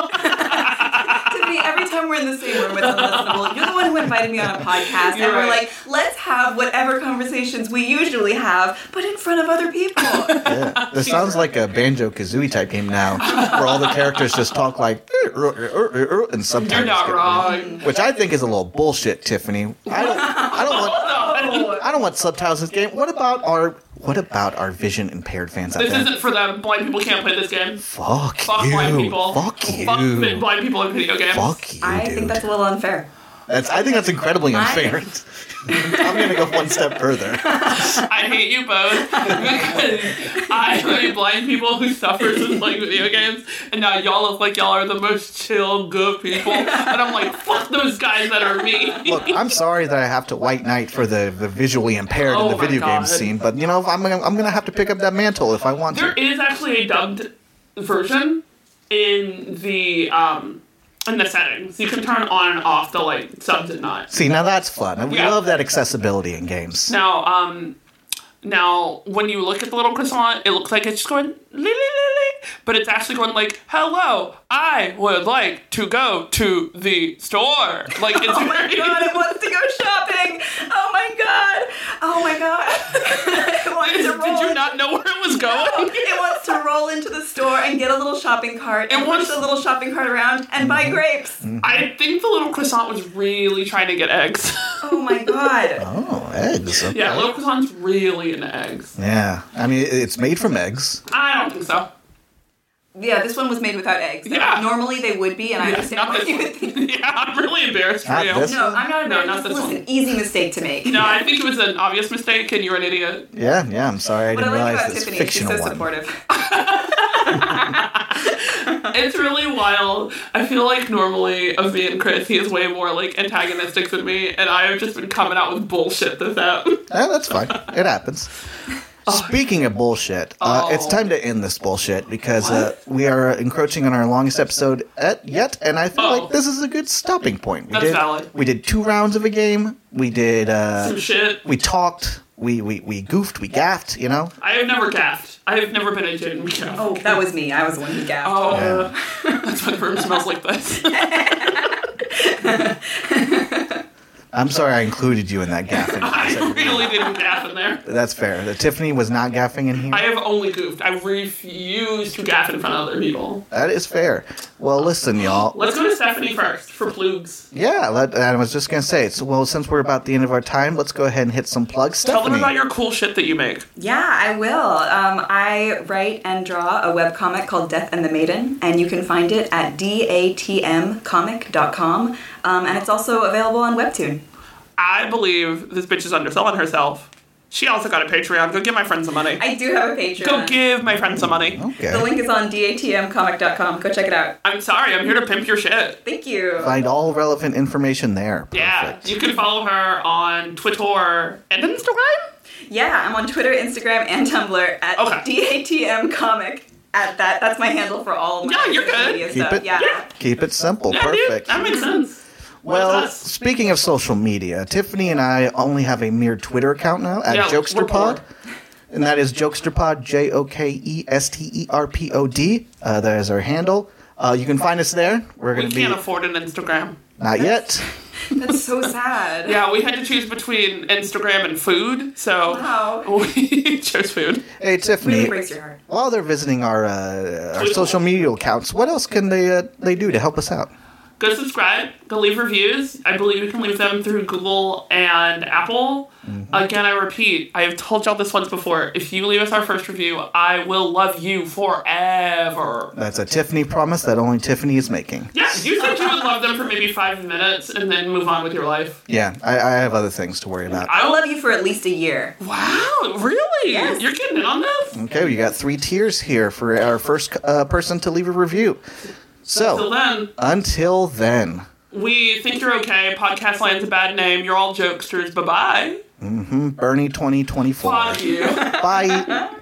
Speaker 3: Tiffany, every time we're in the same room with Unlistenable, you're the one who invited
Speaker 2: (laughs)
Speaker 3: me on a podcast,
Speaker 2: You're
Speaker 3: and we're
Speaker 2: right.
Speaker 3: like, let's have whatever conversations we usually have, but in front of
Speaker 2: (laughs)
Speaker 3: other people.
Speaker 1: Yeah. This sounds like a banjo kazooie type game now, where all the characters just talk like (laughs) "Er, er, er, er, er," and sometimes
Speaker 2: You're not wrong.
Speaker 1: which I think is a little bullshit, Tiffany. I don't, I don't want, (laughs)
Speaker 3: Oh.
Speaker 1: I don't want subtitles in this game. What about our, what about our vision impaired fans out
Speaker 2: This
Speaker 1: there?
Speaker 2: isn't for them. Blind people can't play this game.
Speaker 1: fuck,
Speaker 2: Fuck
Speaker 1: you,
Speaker 2: blind people.
Speaker 1: fuck you,
Speaker 2: Fuck the blind people in video games.
Speaker 1: Fuck you,
Speaker 3: I
Speaker 1: dude.
Speaker 3: think that's a little unfair.
Speaker 1: That's- I think that's incredibly
Speaker 3: I-
Speaker 1: unfair. (laughs) I'm gonna go one step further.
Speaker 2: (laughs) I hate
Speaker 1: (laughs)
Speaker 2: you both because I am a blind people who suffers from playing video games, and now y'all look like y'all are the most chill,
Speaker 1: (laughs)
Speaker 2: good people. And I'm like, fuck those guys that are me.
Speaker 1: Look, I'm sorry that I have to white knight for the, the visually impaired
Speaker 2: Oh
Speaker 1: in the
Speaker 2: my
Speaker 1: video game
Speaker 2: God.
Speaker 1: scene, but you know, I'm gonna, I'm gonna have to pick up that mantle if I want
Speaker 2: There
Speaker 1: to.
Speaker 2: is actually a dubbed version in the um in the settings. You can turn on and off the like subs and not.
Speaker 1: See, now that's fun. We
Speaker 2: Yeah.
Speaker 1: love that accessibility in games.
Speaker 2: Now, um now when you look at the little croissant, it looks like it's just going "Lee, lee, lee, lee," but it's actually going like, Hello, I would like to go to the store. Like it's (laughs) very
Speaker 3: Oh God, it wants to go shopping. Oh my god. Oh my god. (laughs) it wants to roll.
Speaker 2: Did you not know where it was (laughs) going?
Speaker 3: It wants to roll into the store and get a little shopping cart and
Speaker 2: wants-
Speaker 3: push the little
Speaker 1: Mm-hmm.
Speaker 3: shopping cart around and buy grapes.
Speaker 2: I think the little croissant was really trying to get eggs. (laughs)
Speaker 3: Oh my god.
Speaker 1: (laughs) Oh, eggs. okay.
Speaker 2: Yeah, Locuton's really into eggs.
Speaker 1: Yeah. I mean, it's made from eggs.
Speaker 2: I don't think so.
Speaker 3: Yeah, this one was made without eggs.
Speaker 2: Yeah.
Speaker 3: Normally they would be, and I
Speaker 2: Yeah,
Speaker 3: understand
Speaker 2: not
Speaker 3: why
Speaker 2: this
Speaker 3: you would think. (laughs)
Speaker 2: one. (laughs) yeah, I'm really embarrassed for
Speaker 1: Not
Speaker 2: you.
Speaker 1: this
Speaker 3: No, I'm not
Speaker 2: No,
Speaker 3: embarrassed.
Speaker 2: not
Speaker 3: this
Speaker 2: this
Speaker 3: was
Speaker 2: one.
Speaker 3: an easy mistake to make.
Speaker 2: No, I think it was an obvious mistake, and you're an idiot.
Speaker 1: Yeah, yeah. I'm sorry. I
Speaker 3: What I
Speaker 1: didn't
Speaker 3: like
Speaker 1: realize
Speaker 3: about
Speaker 1: this
Speaker 3: Tiffany is she's
Speaker 1: fictional
Speaker 3: so
Speaker 1: one.
Speaker 3: supportive.
Speaker 2: It's really wild. I feel like normally of me and Chris, he is way more like antagonistic than me, and I have just been coming out with bullshit to them. (laughs)
Speaker 1: Yeah, that's fine. It
Speaker 3: (laughs)
Speaker 1: happens.
Speaker 3: Oh.
Speaker 1: Speaking of bullshit, uh,
Speaker 2: Oh.
Speaker 1: it's time to end this bullshit because uh, we are encroaching on our longest episode at, yet, and I feel
Speaker 2: Oh.
Speaker 1: like this is a good stopping point. We
Speaker 2: That's
Speaker 1: did,
Speaker 2: valid.
Speaker 1: We did two rounds of a game. We did. Uh,
Speaker 2: Some shit.
Speaker 1: we talked. We, we we goofed. We gaffed. You know.
Speaker 2: I have never gaffed. I have never been a gin gaff.
Speaker 3: Oh, that was me. I was the one who gasped.
Speaker 2: Oh,
Speaker 1: Yeah.
Speaker 2: that's why the room smells like
Speaker 3: (laughs)
Speaker 2: this.
Speaker 1: I'm sorry I included you in that gaffing.
Speaker 2: (laughs)
Speaker 3: (laughs)
Speaker 2: I really didn't gaff in there.
Speaker 1: That's fair. That Tiffany was not gaffing in here.
Speaker 2: I have only goofed. I refuse to gaff in front of other people.
Speaker 1: that is fair. Well, listen, y'all.
Speaker 2: Let's go to Stephanie first for plugs.
Speaker 1: Yeah, let, I was just gonna say. So, well, since we're about the end of our time, let's go ahead and hit some plugs.
Speaker 2: Tell them
Speaker 1: Stephanie.
Speaker 2: about your cool shit that you make.
Speaker 3: Yeah, I will. Um, I write and draw a webcomic called Death and the Maiden, and you can find it at datmcomic.com. Um, and it's also available on Webtoon.
Speaker 2: I believe this bitch is underselling herself. She also got a Patreon. Go give my friend some money.
Speaker 3: I do have a Patreon.
Speaker 2: Go give my friend some money.
Speaker 1: Okay.
Speaker 3: The link is on datmcomic.com. Go check it out.
Speaker 2: I'm sorry, I'm here to pimp your shit.
Speaker 3: Thank you.
Speaker 1: Find all relevant information there.
Speaker 2: Yeah,
Speaker 1: Perfect.
Speaker 2: you can follow her on Twitter and Instagram.
Speaker 3: Yeah, I'm on Twitter, Instagram, and Tumblr at datmcomic. At that, that's my handle for all my
Speaker 2: Yeah, you're
Speaker 3: social
Speaker 2: good.
Speaker 3: media
Speaker 1: Keep
Speaker 3: stuff.
Speaker 1: it.
Speaker 3: Yeah.
Speaker 1: Keep it simple.
Speaker 2: Yeah, dude,
Speaker 1: Perfect.
Speaker 2: that makes sense.
Speaker 1: well,
Speaker 2: us.
Speaker 1: speaking of social media, Tiffany and I only have a mere Twitter account now at
Speaker 2: Yeah, we're
Speaker 1: JokesterPod.
Speaker 2: poor.
Speaker 1: And that is JokesterPod, J O K E S T E R P O D. Uh, that is our handle. Uh, you can find us there. We're
Speaker 2: We
Speaker 1: going to be.
Speaker 2: can't afford an Instagram.
Speaker 1: not
Speaker 2: (laughs)
Speaker 1: yet.
Speaker 3: That's so sad.
Speaker 2: Yeah, we had to choose between Instagram and food, so
Speaker 3: Wow.
Speaker 2: (laughs) we chose food.
Speaker 1: Hey,
Speaker 3: Really
Speaker 1: Tiffany.
Speaker 3: breaks your heart.
Speaker 1: While they're visiting our uh, our social media accounts, what else can they uh, they do to help us out?
Speaker 2: Go subscribe. Go leave reviews. I believe you can leave them through Google and Apple.
Speaker 1: Mm-hmm.
Speaker 2: Again, I repeat, I have told y'all this once before. If you leave us our first review, I will love you forever.
Speaker 1: That's a Tiffany promise that only Tiffany is making.
Speaker 2: Yeah, you said you would love them for maybe five minutes and then move on with your life.
Speaker 1: Yeah, I, I have other things to worry about.
Speaker 2: I
Speaker 3: I'll
Speaker 2: will.
Speaker 3: love you for at least a year.
Speaker 2: Wow, really?
Speaker 3: Yes.
Speaker 2: You're getting in on this?
Speaker 1: Okay, we got three tiers here for our first uh, person to leave a review.
Speaker 2: Till
Speaker 1: So,
Speaker 2: then,
Speaker 1: until then,
Speaker 2: we think you're okay. Podcast Land's a bad name. You're all jokesters. Bye bye.
Speaker 1: Bernie 2024.
Speaker 2: Fuck you.
Speaker 1: Bye.